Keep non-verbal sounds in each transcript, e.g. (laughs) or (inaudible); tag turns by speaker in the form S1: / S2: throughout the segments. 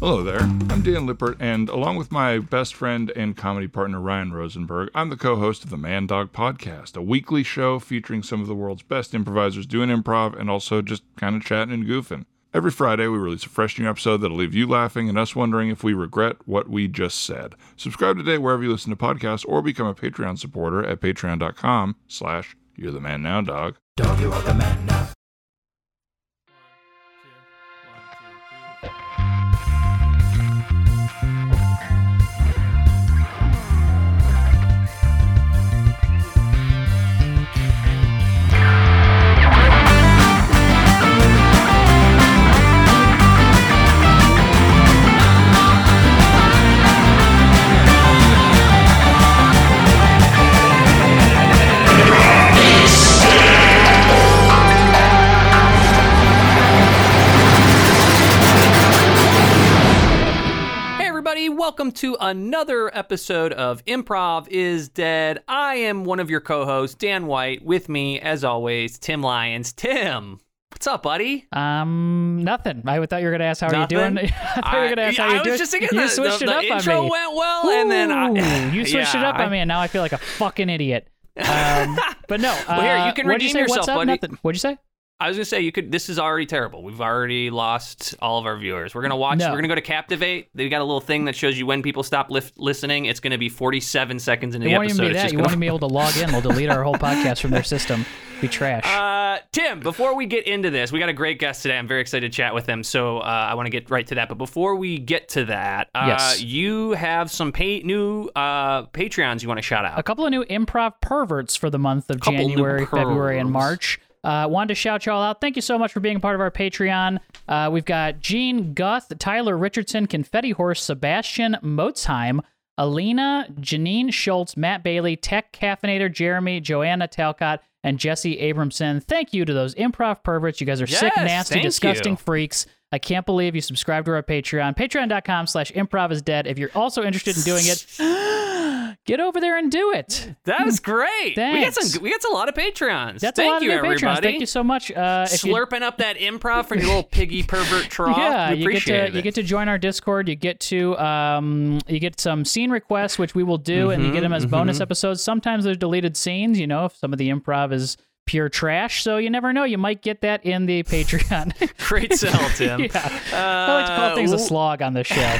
S1: Hello there. I'm Dan Lippert, and along with my best friend and comedy partner Ryan Rosenberg, I'm the co host of the Man Dog Podcast, a weekly show featuring some of the world's best improvisers doing improv and also just kind of chatting and goofing. Every Friday, we release a fresh new episode that'll leave you laughing and us wondering if we regret what we just said. Subscribe today wherever you listen to podcasts or become a Patreon supporter at patreon.com slash you're the man now, dog.
S2: Hey, everybody, welcome to another episode of Improv is Dead. I am one of your co hosts, Dan White. With me, as always, Tim Lyons. Tim, what's up, buddy?
S3: Um, nothing. I thought you were gonna ask how are you
S2: Nothing?
S3: doing. (laughs) I thought you were gonna ask
S2: I-
S3: how
S2: I
S3: you
S2: was
S3: doing.
S2: just thinking
S3: you
S2: the-
S3: switched
S2: the-
S3: it
S2: the
S3: up
S2: intro
S3: on me.
S2: went well, and then I- (laughs)
S3: Ooh, you switched it
S2: Yeah,
S3: up on
S2: I-
S3: me, and now I feel like a fucking idiot.
S2: (laughs)
S3: Um, but no.
S2: Well, here, you
S3: uh,
S2: can
S3: what'd you
S2: redeem
S3: say?
S2: yourself,
S3: What's up?
S2: buddy.
S3: Nothing. What'd you say?
S2: I was going to say, you could. this is already terrible. We've already lost all of our viewers. We're going to watch,
S3: No.
S2: we're going to go to Captivate. They've got a little thing that shows you when people stop lif- listening. It's going to be 47 seconds into
S3: It
S2: the
S3: won't
S2: episode.
S3: even be
S2: It's
S3: that.
S2: just
S3: You
S2: gonna-
S3: won't even be able to log in. They'll
S2: (laughs)
S3: delete our whole podcast from their system. Be trash.
S2: Uh, Tim, before we get into this, we got a great guest today. I'm very excited to chat with him. So uh, I want to get right to that. But before we get to that, uh,
S3: Yes.
S2: you have some pay- new uh, Patreons you want to shout out.
S3: a couple of new improv perverts for the month of
S2: Couple new
S3: January, February, and
S2: pervs.
S3: March. Uh, wanted to shout y'all out. Thank you so much for being a part of our Patreon. Uh, we've got Gene Guth, Tyler Richardson, Confetti Horse, Sebastian Motzheim, Alina, Janine Schultz, Matt Bailey, Tech Caffeinator, Jeremy, Joanna Talcott, and Jesse Abramson. Thank you to those improv perverts. You guys are sick,
S2: Yes,
S3: nasty,
S2: thank
S3: disgusting
S2: you.
S3: freaks. I can't believe you subscribe to our Patreon. Patreon.com slash improv is dead. If you're also interested in doing it,
S2: (gasps)
S3: get over there and do it.
S2: That was great. We got
S3: Thanks.
S2: some. We got a lot of Patreons.
S3: That's
S2: Thank
S3: a lot
S2: you,
S3: of new patrons.
S2: everybody.
S3: Thank you so much. Uh, if you-
S2: Slurping up that improv from your little piggy pervert trough.
S3: (laughs) yeah,
S2: We
S3: you get
S2: appreciate
S3: to you
S2: it.
S3: get to join our Discord. You get to um, you get some scene requests, which we will do, and
S2: Mm-hmm,
S3: you get them as bonus episodes. Sometimes there's deleted scenes. You know, if some of the improv is pure trash, so you never know. You might get that in the Patreon. (laughs)
S2: Great sell, Tim.
S3: yeah, I like to
S2: Uh,
S3: call things a slog on
S2: (laughs)
S3: this show.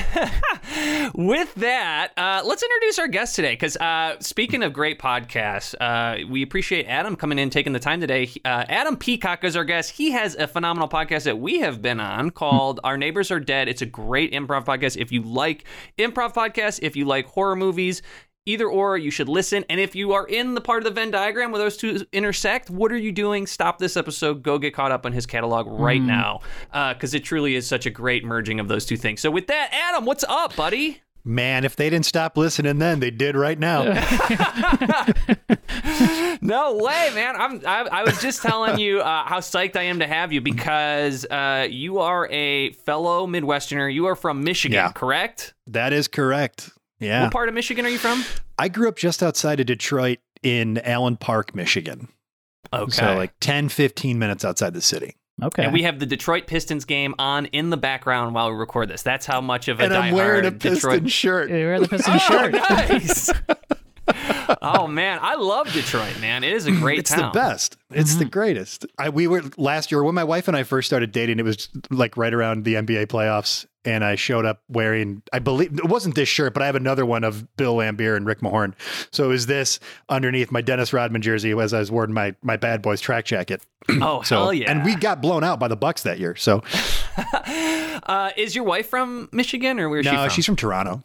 S2: with that, uh, let's introduce our guest today. Because uh, speaking of great podcasts, uh, we appreciate Adam coming in, taking the time today. He- Uh, Adam Peacock is our guest. He has a phenomenal podcast that we have been on called "Our Neighbors Are Dead." It's a great improv podcast. If you like improv podcasts, if you like horror movies. Either or, you should listen. And if you are in the part of the Venn diagram where those two intersect, what are you doing? Stop this episode. Go get caught up on his catalog right now, because it truly is such a great merging of those two things. So, with that, Adam, what's up, buddy?
S4: Man, if they didn't stop listening then, they did right now.
S2: No way, man! I'm. I, I was just telling you uh, how psyched I am to have you because uh, you are a fellow Midwesterner. You are from Michigan,
S4: Yeah.
S2: correct?
S4: (laughs) that is correct. Yeah.
S2: What part of Michigan are you from?
S4: I grew up just outside of Detroit in Allen Park, Michigan.
S2: Okay.
S4: So, like 10, 15 minutes outside the city.
S3: Okay.
S2: and we have the Detroit Pistons game on in the background while we record this. That's how much of a
S4: And I'm wearing a
S2: diehard
S4: piston
S2: Detroit.
S4: shirt.
S3: You wear the
S2: (laughs)
S3: piston
S2: oh,
S3: shirt.
S2: nice.
S4: (laughs)
S2: oh man, I love Detroit, man. It is a great
S4: It's
S2: town. Mm-hmm.
S4: the best. It's the greatest. I, we were last year when my wife and I first started dating. It was like right around the NBA playoffs, and I showed up wearing. I believe it wasn't this shirt, but I have another one of Bill Lambier and Rick Mahorn. So it was this underneath my Dennis Rodman jersey as I was wearing my my Bad Boys track jacket.
S2: Oh
S4: (clears throat) So
S2: hell yeah!
S4: and we got blown out by the Bucks that year. So
S2: uh, is your wife from Michigan or where is she
S4: no,
S2: from?
S4: she's from Toronto.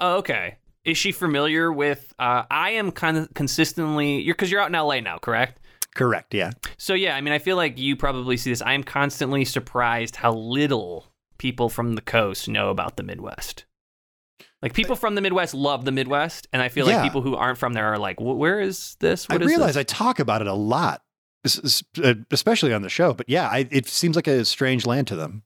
S2: Oh, okay. Is she familiar with? Uh, I am kind of consistently. You're because you're out in LA now, correct?
S4: Correct. Yeah.
S2: So yeah, I mean, I feel like you probably see this. I am constantly surprised how little people from the coast know about the Midwest. Like people from the Midwest love the Midwest, and I feel like
S4: Yeah.
S2: people who aren't from there are like, "Wh- "Where is this? What
S4: I
S2: is
S4: realize
S2: this?"
S4: I talk about it a lot, es- es- uh, especially on the show. But yeah, I, it seems like a strange land to them.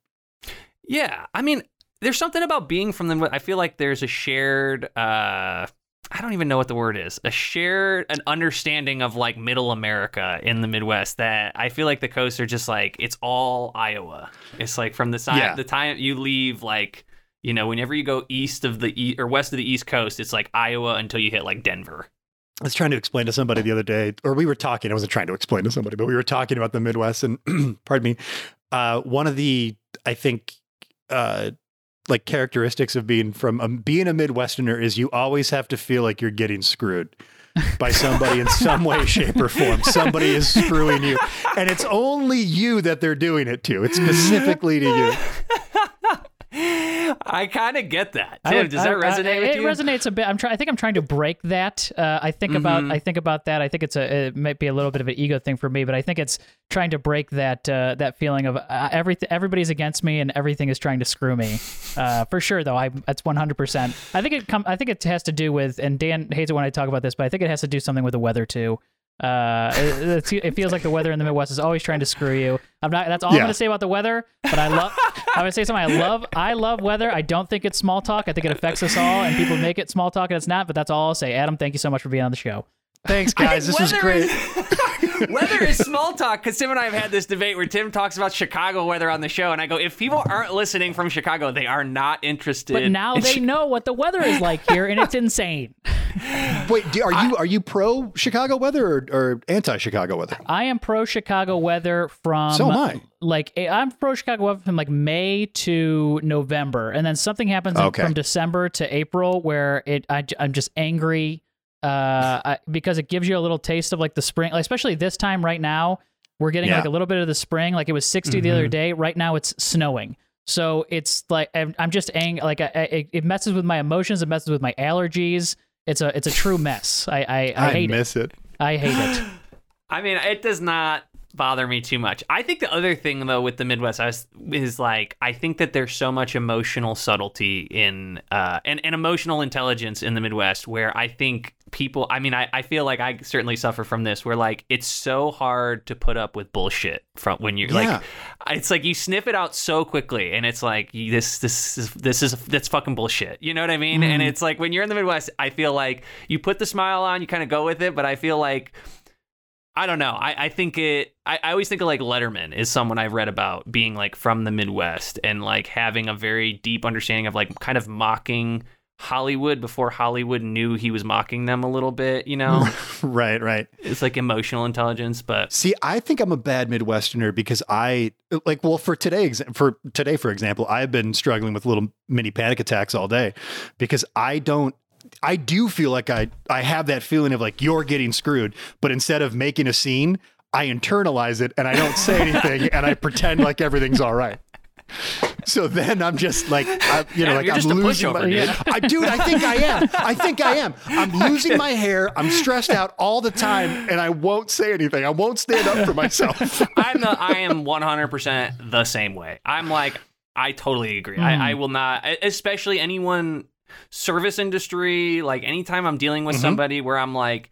S2: yeah, I mean, there's something about being from the. Mid- I feel like there's a shared. uh I don't even know what the word is. A shared an understanding of like middle America in the Midwest that I feel like the coasts are just like it's all Iowa. It's like from the side
S4: Yeah.
S2: the time you leave like you know, whenever you go east of the e- or west of the East Coast, it's like Iowa until you hit like
S3: (laughs)
S2: Denver.
S4: I was trying to explain to somebody the other day, or we were talking. I wasn't trying to explain to somebody, but we were talking about the Midwest. And (clears throat) pardon me, uh, one of the I think uh, like characteristics of being from um, being a Midwesterner is you always have to feel like you're getting screwed by somebody in some way, shape, or form. Somebody is screwing you, and it's only you that they're doing it to. It's specifically to you.
S2: I kind of get that.
S3: I
S2: Tim,
S3: would-
S2: does
S3: I-
S2: that
S3: I-
S2: resonate with
S3: it
S2: you?
S3: resonates a bit. I'm trying. I think I'm trying to break that. Uh, I think about.
S2: Mm-hmm.
S3: I think about that. I think it's a. It might be a little bit of an ego thing for me, but I think it's trying to break that. Uh, that feeling of uh, everything. Everybody's against me, and everything is trying to screw me. Uh, for sure, though. I. That's 100. percent I think it. Com- I think it has to do with. And Dan hates it when I talk about this, but I think it has to do something with the weather too. Uh, it, it's- it feels like the weather in the Midwest is always trying to screw you. I'm not. That's all
S4: Yeah.
S3: I'm gonna say about the weather. But I love. I'm gonna say something. I love. I love weather. I don't think it's small talk. I think it affects us all, and people make it small talk, and it's not. But that's all I'll say. Adam, thank you so much for being on the show.
S4: Thanks, guys. This was
S2: Weather
S4: great.
S2: is- weather is small talk because Tim and I have had this debate where Tim talks about Chicago weather on the show, and I go, if people aren't listening from Chicago, they are not interested.
S3: But now
S2: in
S3: they
S2: Chi-
S3: know what the weather is like here, and it's insane.
S4: Wait, do, are you are you pro Chicago weather or, or anti Chicago weather?
S3: I am pro Chicago weather from
S4: So am I.
S3: like eh, I'm pro Chicago weather from like May to November, and then something happens in-
S4: Okay.
S3: from December to April where it I, am just angry uh, I, because it gives you a little taste of like the spring, like, especially this time right now. We're getting
S4: Yeah. Mm-hmm.
S3: like a little bit of the spring. Like it was 60 the other day. Right now it's snowing. So it's like I'm, I'm just angry. Like I, I, it- it messes with my emotions. It messes with my allergies. It's a it's a true mess. I I, I, hate
S4: miss it. (laughs)
S3: it. I hate it.
S4: (gasps)
S2: I mean, it does not bother me too much. I think the other thing though with the Midwest I was, is like I think that there's so much emotional subtlety in uh and, and emotional intelligence in the Midwest where I think people I mean I, I feel like I certainly suffer from this where like it's so hard to put up with bullshit from when you're
S4: Yeah.
S2: like it's like you sniff it out so quickly and it's like you- this this is this is that's fucking bullshit you know what i mean and it's like when you're in the midwest i feel like you put the smile on you kind of go with it but i feel like i don't know i, I think it I, I always think of like letterman is someone i've read about being like from the midwest and like having a very deep understanding of like kind of mocking hollywood before hollywood knew he was mocking them a little bit you know
S4: Right, right.
S2: it's like emotional intelligence but
S4: See, I think I'm a bad Midwesterner because I like well for today exa- for today for example, I've been struggling with little mini panic attacks all day because I don't I do feel like I I have that feeling of like you're getting screwed, but instead of making a scene, I internalize it and I don't say
S3: (laughs)
S4: anything and I pretend like everything's all right. So then I'm just like, I, you know,
S2: Yeah,
S4: like
S2: you're
S4: I'm
S2: just a
S4: losing
S2: pushover,
S4: my,
S2: dude.
S4: I, dude, I think I am. I think I am.
S2: (laughs)
S4: I'm losing my hair. I'm stressed out all the time, and I won't say anything. I won't stand up
S2: (laughs)
S4: for myself.
S2: I'm the I am 100% the same way. I'm like I totally agree. I, I will not e, especially anyone service industry like anytime I'm dealing with somebody where I'm like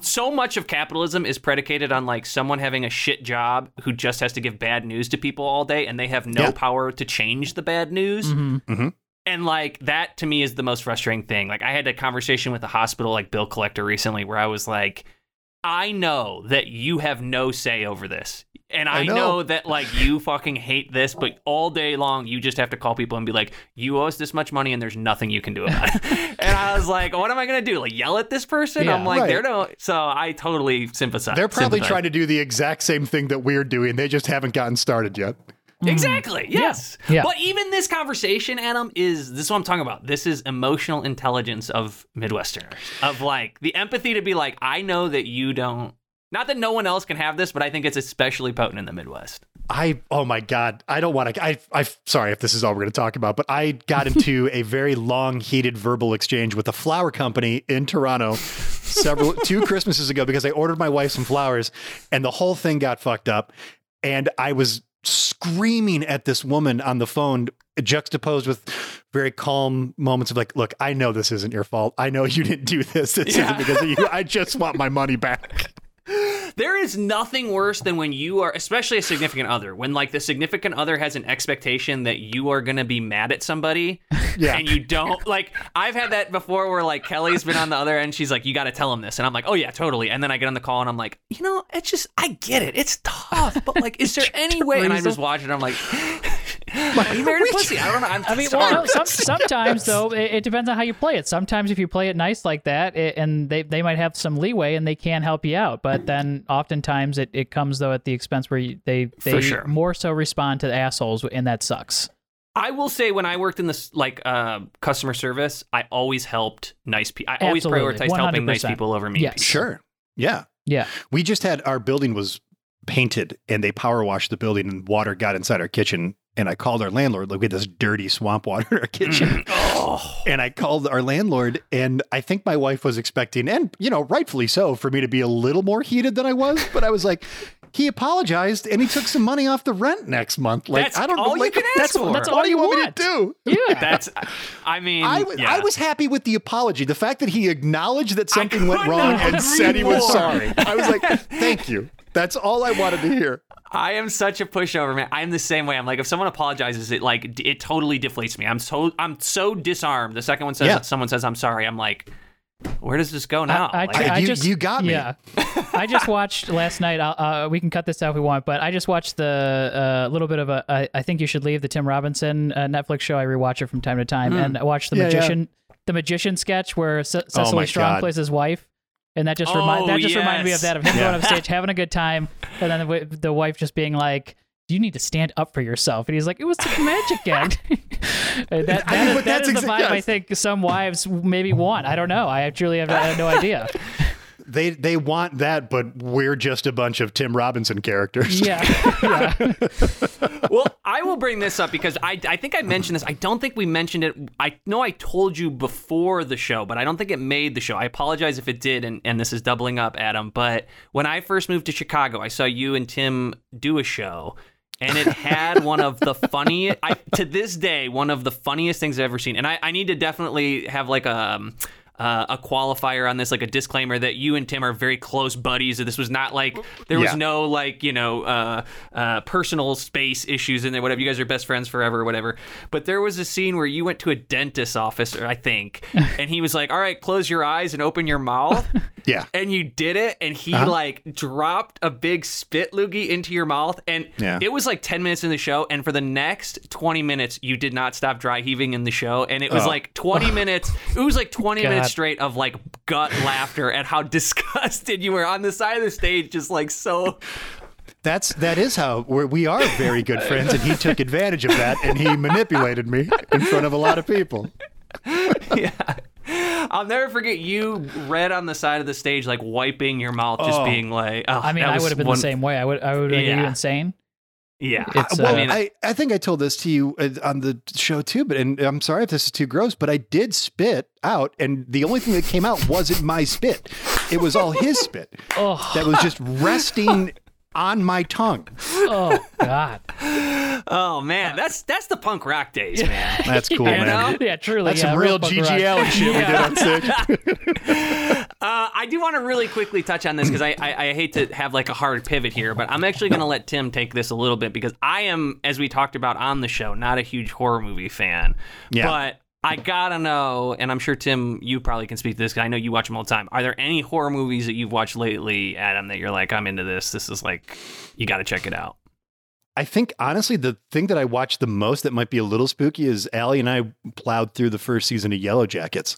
S2: so much of capitalism is predicated on like someone having a shit job who just has to give bad news to people all day and they have no
S4: Yeah.
S2: power to change the bad news
S3: Mhm.
S2: and like that to me is the most frustrating thing like i had a conversation with a hospital like bill collector recently where i was like i know that you have no say over this and i,
S4: I
S2: know.
S4: know.
S2: that like you fucking hate this but all day long you just have to call people and be like you owe us this much money and there's nothing you can do about it (laughs) and i was like what am i going to do like yell at this person
S3: Yeah.
S2: i'm like
S4: Right.
S2: they're no so i totally sympathize
S4: They're probably
S2: sympathize.
S4: trying to do the exact same thing that we're doing. They just haven't gotten started yet.
S2: Exactly. Yes.
S3: Hmm. Yeah.
S2: But even this conversation, Adam, is this is what I'm talking about. This is emotional intelligence of Midwesterners, of like the empathy to be like, I know that you don't. Not that no one else can have this, but I think it's especially potent in the Midwest.
S4: I oh my god, I don't want to. I I sorry if this is all we're going to talk about, but I got into a very long, heated verbal exchange with a flower company in Toronto several two Christmases ago because I ordered my wife some flowers, and the whole thing got fucked up, and I was screaming at this woman on the phone, juxtaposed with very calm moments of like, look, I know this isn't your fault. I know you didn't do this. This
S2: Yeah.
S4: isn't because of you. I just want my money back.
S2: There is nothing worse than when you are, especially a significant other, when like the significant other has an expectation that you are going to be mad at
S3: (laughs)
S2: somebody
S4: Yeah.
S2: and you don't. Like, I've had that before where like Kelly's been on the other end. She's like, you got to tell him this. And I'm like, oh yeah, totally. And then I get on the call and I'm like, you
S3: (laughs)
S2: know, it's just, I get it. It's tough. But like, is there any way? And I'm just watching. I'm like, Are you married to pussy? I don't know. I'm
S3: I mean, (laughs) well, no, some, sometimes though, it, it depends on how you play it. Sometimes if you play it nice like that, it, and they, they might have some leeway and they can help you out, but then oftentimes it, it comes though at the expense where you, they they
S2: sure.
S3: more so respond to the assholes, and that sucks.
S2: I will say when I worked in this like uh, customer service, I always helped nice people. I always
S3: Absolutely.
S2: prioritized helping nice
S3: 100%.
S2: people over mean
S3: Yes.
S2: people.
S4: Sure. Yeah.
S3: Yeah,
S4: We just had our building was painted and they power washed the building and water got inside our kitchen. And I called our landlord, like we had this dirty swamp water in our
S2: Mm.
S4: kitchen. (laughs)
S2: Oh.
S4: And I called our landlord and I think my wife was expecting, and you know, rightfully so, for me to be a little more heated than I was. But I was like, he apologized and he took some money off the rent next month. Like
S2: That's
S4: I don't
S2: all you
S4: like,
S2: can ask
S4: that's,
S2: for.
S4: That's all, you want, me to do.
S3: yeah.
S2: That's, I mean,
S4: I w-
S2: yeah.
S4: I was happy with the apology. The fact that he acknowledged that something went
S2: could
S4: wrong
S2: not
S4: and said he
S2: agree
S4: was
S2: more.
S4: sorry. I was like, thank you. That's all I wanted to hear.
S2: I am such a pushover, man. I'm the same way. I'm like, if someone apologizes, it like d- it totally deflates me. I'm so I'm so disarmed. The second one says
S4: Yeah.
S2: someone says I'm sorry, I'm like, where does this go now?
S3: I,
S2: Like,
S4: I- you-
S3: just
S4: you got
S2: (laughs)
S4: me.
S3: Yeah, I just watched last night. I'll, uh, we can cut this out if we want, but I just watched the uh, little bit of a. I, I think you should leave the Tim Robinson uh, Netflix show. I rewatch it from time to time, and I watched the
S4: Hmm. Yeah, yeah.
S3: magician, the magician sketch where Ce- Cecily
S4: my
S3: Strong
S4: God.
S3: plays his wife, and that just
S2: Oh,
S3: remind that just reminded me
S2: yes.
S3: of (laughs) that of him
S4: Yeah.
S3: going up stage having a good time, and then the, wi- the wife just being like. You need to stand up for yourself, and he's like, "It was the
S4: (laughs)
S3: magic act." (laughs) And that,
S4: I mean,
S3: that is- that
S4: but that's
S3: is the
S4: exa-
S3: vibe I
S4: yes.
S3: think some wives maybe want. I don't know. I truly have, I have no
S4: (laughs)
S3: idea.
S4: They they want that, but we're just a bunch of Tim Robinson characters.
S3: Yeah.
S2: well, I will bring this up because I, I think I mentioned this. I don't think we mentioned it. I know I told you before the show, but I don't think it made the show. I apologize if it did, and, and this is doubling up, Adam. But when I first moved to Chicago, I saw you and Tim do a show. And it had one of the funniest, I, to this day, one of the funniest things I've ever seen. And I, I need to definitely have like a, um, uh, a qualifier on this, like a disclaimer that you and Tim are very close buddies. That this was not like there was
S4: Yeah.
S2: no no like you know uh, uh, personal space issues in there whatever you guys are best friends forever or whatever but there was a scene where you went to a dentist's office i think and he was like all right close your eyes and open your mouth
S4: (laughs) Yeah.
S2: and you did it and he
S4: Uh-huh.
S2: like dropped a big spit loogie into your mouth and
S4: Yeah.
S2: it was like 10 minutes in the show and for the next 20 minutes you did not stop dry heaving in the show and it was
S4: Oh.
S2: like
S4: (laughs)
S2: 20 minutes it was like 20 minutes
S3: God.
S2: straight of like gut laughter at how (laughs) disgusted you were on the side of the stage just like
S3: (laughs)
S2: so
S4: That's that is how we're, we are very good friends, and he took advantage of that, and he manipulated me in front of a lot of people.
S2: yeah. (laughs) I'll never forget you read on the side of the stage, like wiping your mouth, just
S4: Oh.
S2: being like, oh,
S3: I mean,
S2: that
S3: I
S2: was
S3: would have been
S2: one-
S3: the same way. I would. I would have been
S2: Yeah.
S4: (laughs)
S3: insane.
S2: Yeah.
S3: It's,
S4: well,
S3: uh,
S4: I, I, think I told this to you uh, on the show too, but and I'm sorry if this is too gross, but I did spit out, and the only thing that came out wasn't my spit; it was all his spit
S3: Oh,
S4: that was just resting on my tongue.
S3: oh God.
S2: oh, man. That's that's the punk rock days, man.
S3: (laughs)
S4: That's cool,
S2: You know?
S4: man.
S3: Yeah, truly.
S4: That's
S3: yeah,
S4: some real
S3: punk rock.
S4: GGL and shit we did on stage.
S2: Uh, I do want to really quickly touch on this because I, I, I hate to have like a hard pivot here, but I'm actually going to let Tim take this a little bit because I am, as we talked about on the show, not a huge horror movie fan.
S4: Yeah.
S2: But I gotta know, and I'm sure Tim, you probably can speak to this because I know you watch them all the time. Are there any horror movies that you've watched lately, Adam, that you're like, I'm into this? This is like, you got to check it out.
S4: I think honestly, the thing that I watched the most that might be a little spooky is Allie and I plowed through the first season of Yellow Jackets.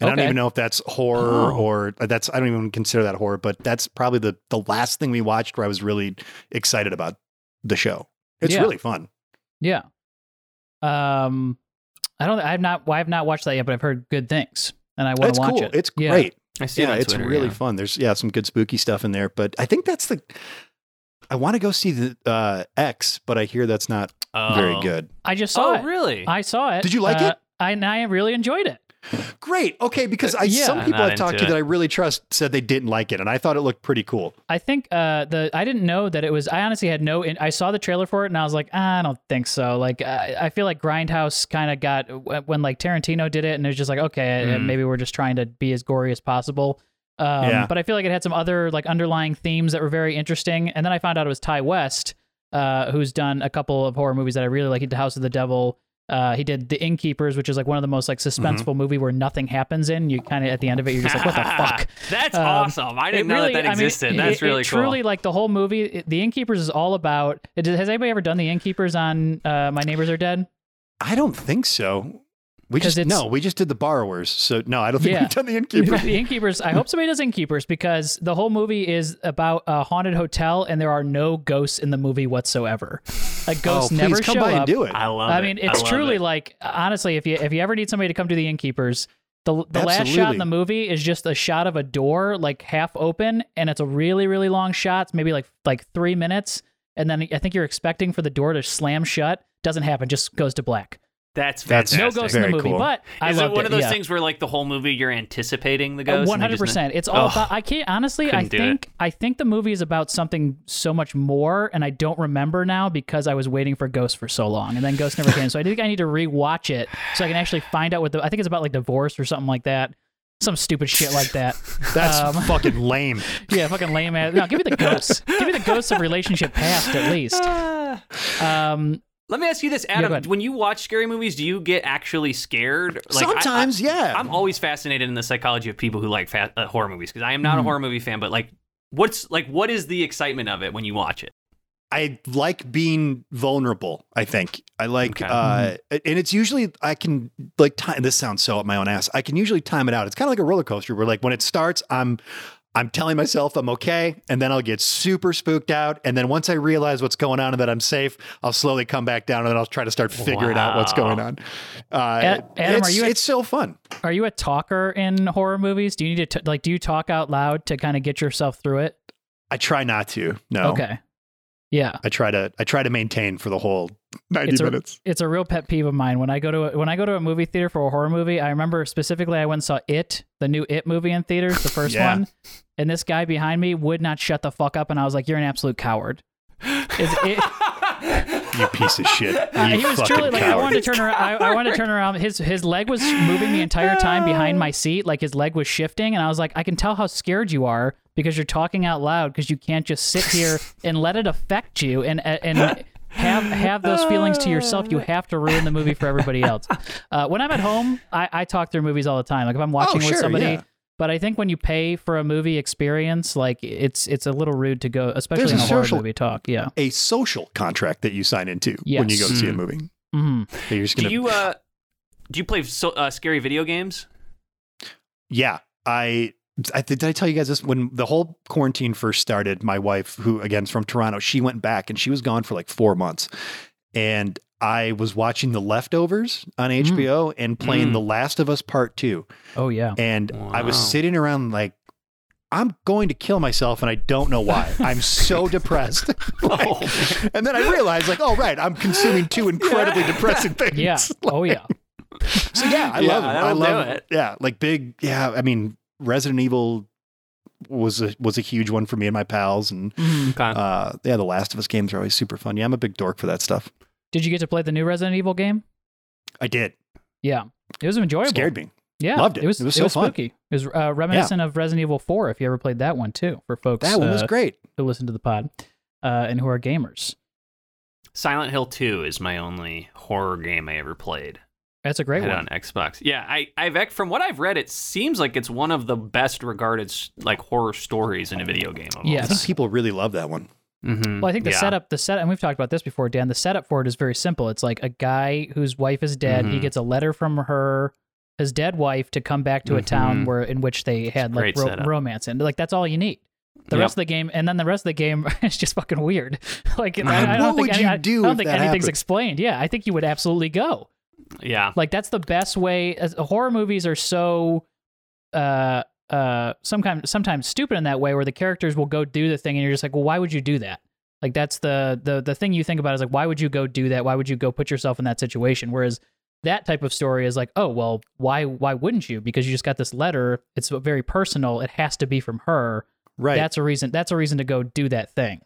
S4: And I
S3: Okay.
S4: don't even know if that's horror
S2: Oh.
S4: or uh, that's I don't even consider that horror, but that's probably the the last thing we watched where I was really excited about the show. It's
S3: Yeah.
S4: really fun.
S3: Yeah. Um, I don't. I've not. I've not watched that yet, but I've heard good things, and I want
S4: It's
S3: to watch
S4: cool.
S3: it.
S4: It's
S3: Yeah.
S4: great.
S2: I see. it
S4: Yeah,
S2: on
S4: it's
S2: Twitter,
S4: really
S2: yeah.
S4: fun. There's yeah, some good spooky stuff in there, but I think that's the I want to go see the uh, X, but I hear that's not very
S2: Oh.
S4: good.
S3: I just saw
S2: Oh,
S3: it.
S2: really?
S3: I saw it.
S4: Did you like
S3: Uh,
S4: it?
S3: I and I really enjoyed it.
S4: Great. Okay, because I
S3: Yeah.
S4: some
S2: I'm
S4: people
S2: not
S4: I've talked
S2: into
S4: to
S2: it.
S4: that I really trust said they didn't like it, and I thought it looked pretty cool.
S3: I think uh, the I didn't know that it was. I honestly had no. In, I saw the trailer for it and I was like, ah, I don't think so. Like I, I feel like Grindhouse kind of got wh- when like Tarantino did it and it was just like, okay, uh
S2: Mm.
S3: maybe we're just trying to be as gory as possible. Um,
S4: Yeah.
S3: But I feel like it had some other like underlying themes that were very interesting. And then I found out it was Ty West, uh, who's done a couple of horror movies that I really like. He did House of the Devil. Uh, he did The Innkeepers, which is like one of the most like suspenseful movie where nothing happens in. You kind of at the end of it, you're just
S2: (laughs)
S3: like, what the fuck?
S2: That's
S3: Um,
S2: awesome. I didn't
S3: it
S2: know that that
S3: I mean,
S2: existed.
S3: it-
S2: That's
S3: it-
S2: really
S3: it
S2: cool.
S3: Truly, like the whole movie, it- The Innkeepers is all about. It, has anybody ever done The Innkeepers on uh, My Neighbors Are Dead?
S4: I don't think so. We
S3: 'Cause
S4: just
S3: it's-
S4: no, we just did the borrowers. So no, I don't think
S3: Yeah.
S4: we've done the
S3: (laughs)
S4: innkeeper.
S3: the innkeepers i hope somebody does innkeepers because the whole movie is about a haunted hotel and there are no ghosts in the movie whatsoever like
S4: oh,
S3: ghosts
S4: please
S3: never
S4: come
S3: show
S4: by
S3: up
S4: and do it.
S2: I love it.
S3: i mean it's
S2: love
S3: truly
S2: it.
S3: like honestly if you if you ever need somebody to come to the innkeepers the, the last shot in
S4: Absolutely.
S3: the movie is just a shot of a door like half open and it's a really really long shot it's maybe like like three minutes and then i think you're expecting for the door to slam shut doesn't happen just goes to black
S2: That's
S4: That's-
S2: fantastic.
S3: no
S4: Fantastic.
S3: ghosts in the
S4: Very
S3: movie
S4: cool.
S3: but i
S2: is it
S3: loved
S2: one of those
S3: yeah.
S2: things where like the whole movie you're anticipating the ghost?
S3: Uh, One
S2: and they
S3: hundred
S2: just-
S3: percent. It's all
S2: Ugh.
S3: about. I can't honestly. I
S2: Couldn't do it.
S3: think. I think the movie is about something so much more, and I don't remember now because I was waiting for Ghost for so long, and then Ghost never came. So I think I need to rewatch it so I can actually find out what the. I think it's about like divorce or something like that. Some stupid shit like
S2: (laughs)
S3: that.
S4: That's
S3: Um,
S4: fucking lame.
S3: (laughs) yeah, fucking lame ass. No, give me the ghosts. give me the ghosts of relationship past at least.
S2: Ah.
S3: Um,
S2: Let me ask you this,
S3: go
S2: Adam.
S3: ahead.
S2: when you watch scary movies, do you get actually scared? Like, I- I-
S4: Sometimes, yeah.
S2: I'm always fascinated in the psychology of people who like fa- uh, horror movies because I am not
S3: Mm-hmm.
S2: a horror movie fan, but like, what's like, what is the excitement of it when you watch it?
S4: I like being vulnerable. I think I like,
S2: Okay.
S4: uh, and it's usually I can like time. This sounds so up my own ass. I can usually time it out. It's kind of like a roller coaster where like when it starts, I'm, I'm telling myself I'm okay, and then I'll get super spooked out, and then once I realize what's going on and that I'm safe, I'll slowly come back down, and then I'll try to start figuring out what's
S2: Wow.
S4: going on. Uh,
S3: Ad- Adam, are
S4: it's,
S3: you a-
S4: it's so fun.
S3: are you a talker in horror movies? Do you need to t- like? Do you talk out loud to kind of get yourself through it?
S4: I try not to. No.
S3: Okay. Yeah.
S4: I try to. I try to maintain for the whole ninety
S3: It's a-
S4: minutes.
S3: it's a real pet peeve of mine when I go to a, when I go to a movie theater for a horror movie. I remember specifically I went and saw It, the new It movie in theaters, the first
S4: Yeah.
S3: one, and this guy behind me would not shut the fuck up, and I was like, "You're an absolute coward." Is it,
S4: You piece of shit.
S3: uh, (laughs)
S4: You
S3: he was
S4: fucking
S3: truly like, I
S4: coward.
S3: wanted to turn around. I, I wanted
S4: (laughs)
S3: to turn around. His his leg was moving the entire time behind my seat, like his leg was shifting, and I was like, I can tell how scared you are because you're talking out loud because you can't just sit
S4: (laughs)
S3: here and let it affect you and and. Have have those feelings to yourself. You have to ruin the movie for everybody
S4: (laughs)
S3: else. Uh, when I'm at home, I, I talk through movies all the time. Like if I'm watching with
S4: Oh, sure,
S3: somebody,
S4: yeah.
S3: but I think when you pay for a movie experience, like it's it's a little rude to go, especially
S4: There's
S3: in
S4: a
S3: a horror
S4: social-
S3: movie talk. Yeah.
S4: a social contract that you sign into when you
S3: Yes.
S4: go to see a movie.
S3: hmm
S4: That you're just
S2: Do
S4: gonna,
S2: you uh, do you play so, uh, scary video games?
S4: yeah, I. I th- did I tell you guys this when the whole quarantine first started? My wife, who again is from Toronto, she went back and she was gone for like four months, and I was watching The Leftovers on HBO and playing
S2: Mm.
S4: The Last of Us Part Two,
S3: Oh
S4: (laughs)
S3: yeah.
S4: and I was
S2: Wow.
S4: sitting around like. I'm going to kill myself and I don't know (laughs) why. I'm so depressed. (laughs) Like,
S2: Oh, man.
S4: and then I realized, like, oh, right, I'm consuming (laughs) two incredibly depressing things.
S3: Yeah. Oh yeah.
S4: So yeah,
S2: (laughs)
S4: I
S2: Yeah,
S4: love it. I
S2: that'll
S4: love
S2: do it.
S4: Yeah, like big. Yeah, I mean, Resident Evil was a was a huge one for me and my pals, and
S3: Mm-hmm.
S2: Okay.
S4: uh, yeah, the Last of Us games are always super fun. Yeah, I'm a big dork for that stuff.
S3: Did you get to play the new Resident Evil game?
S4: I did.
S3: Yeah, it was enjoyable.
S4: Scared me.
S3: Yeah,
S4: Loved it.
S3: It was
S4: It was so fun.
S3: spooky. It was uh, reminiscent of Resident Evil Four. If you ever played that one too, for folks
S4: That one was
S3: uh,
S4: great.
S3: who listen to the pod uh, and who are gamers,
S2: Silent Hill Two is my only horror game I ever played.
S3: that's a great
S2: had
S3: one.
S2: on Xbox. Yeah, I I've ac- from what I've read, it seems like it's one of the best regarded s- like horror stories in a video game. Of
S4: I
S3: Yes.
S4: think people really love that one.
S2: Mm-hmm.
S3: Well, I think the setup, the set, and we've talked about this before, Dan. The setup for it is very simple. It's like a guy whose wife is dead. He
S2: Mhm.
S3: gets a letter from her, his dead wife, to come back to a town
S2: Mhm.
S3: where in which they had like
S2: great
S3: ro-
S2: setup.
S3: romance, and like that's all you need. The
S2: Yep.
S3: rest of the game, and then the rest of the game (laughs) is just fucking weird. (laughs) Like,
S2: Mm-hmm.
S3: I- I,
S4: What
S3: don't
S4: would
S3: think any-
S4: you
S3: I-
S4: do
S3: I don't
S4: if
S3: think
S4: that
S3: anything's
S4: happened?
S3: explained. Yeah, I think you would absolutely go.
S2: Yeah.
S3: Like that's the best way. As, horror movies are so, uh, uh, sometimes sometimes stupid in that way, where the characters will go do the thing, and you're just like, well, why would you do that? Like that's the the the thing you think about is like, why would you go do that? Why would you go put yourself in that situation? Whereas that type of story is like, oh well, why why wouldn't you? Because you just got this letter. It's very personal. It has to be from her.
S4: Right.
S3: That's a reason. That's a reason to go do that thing.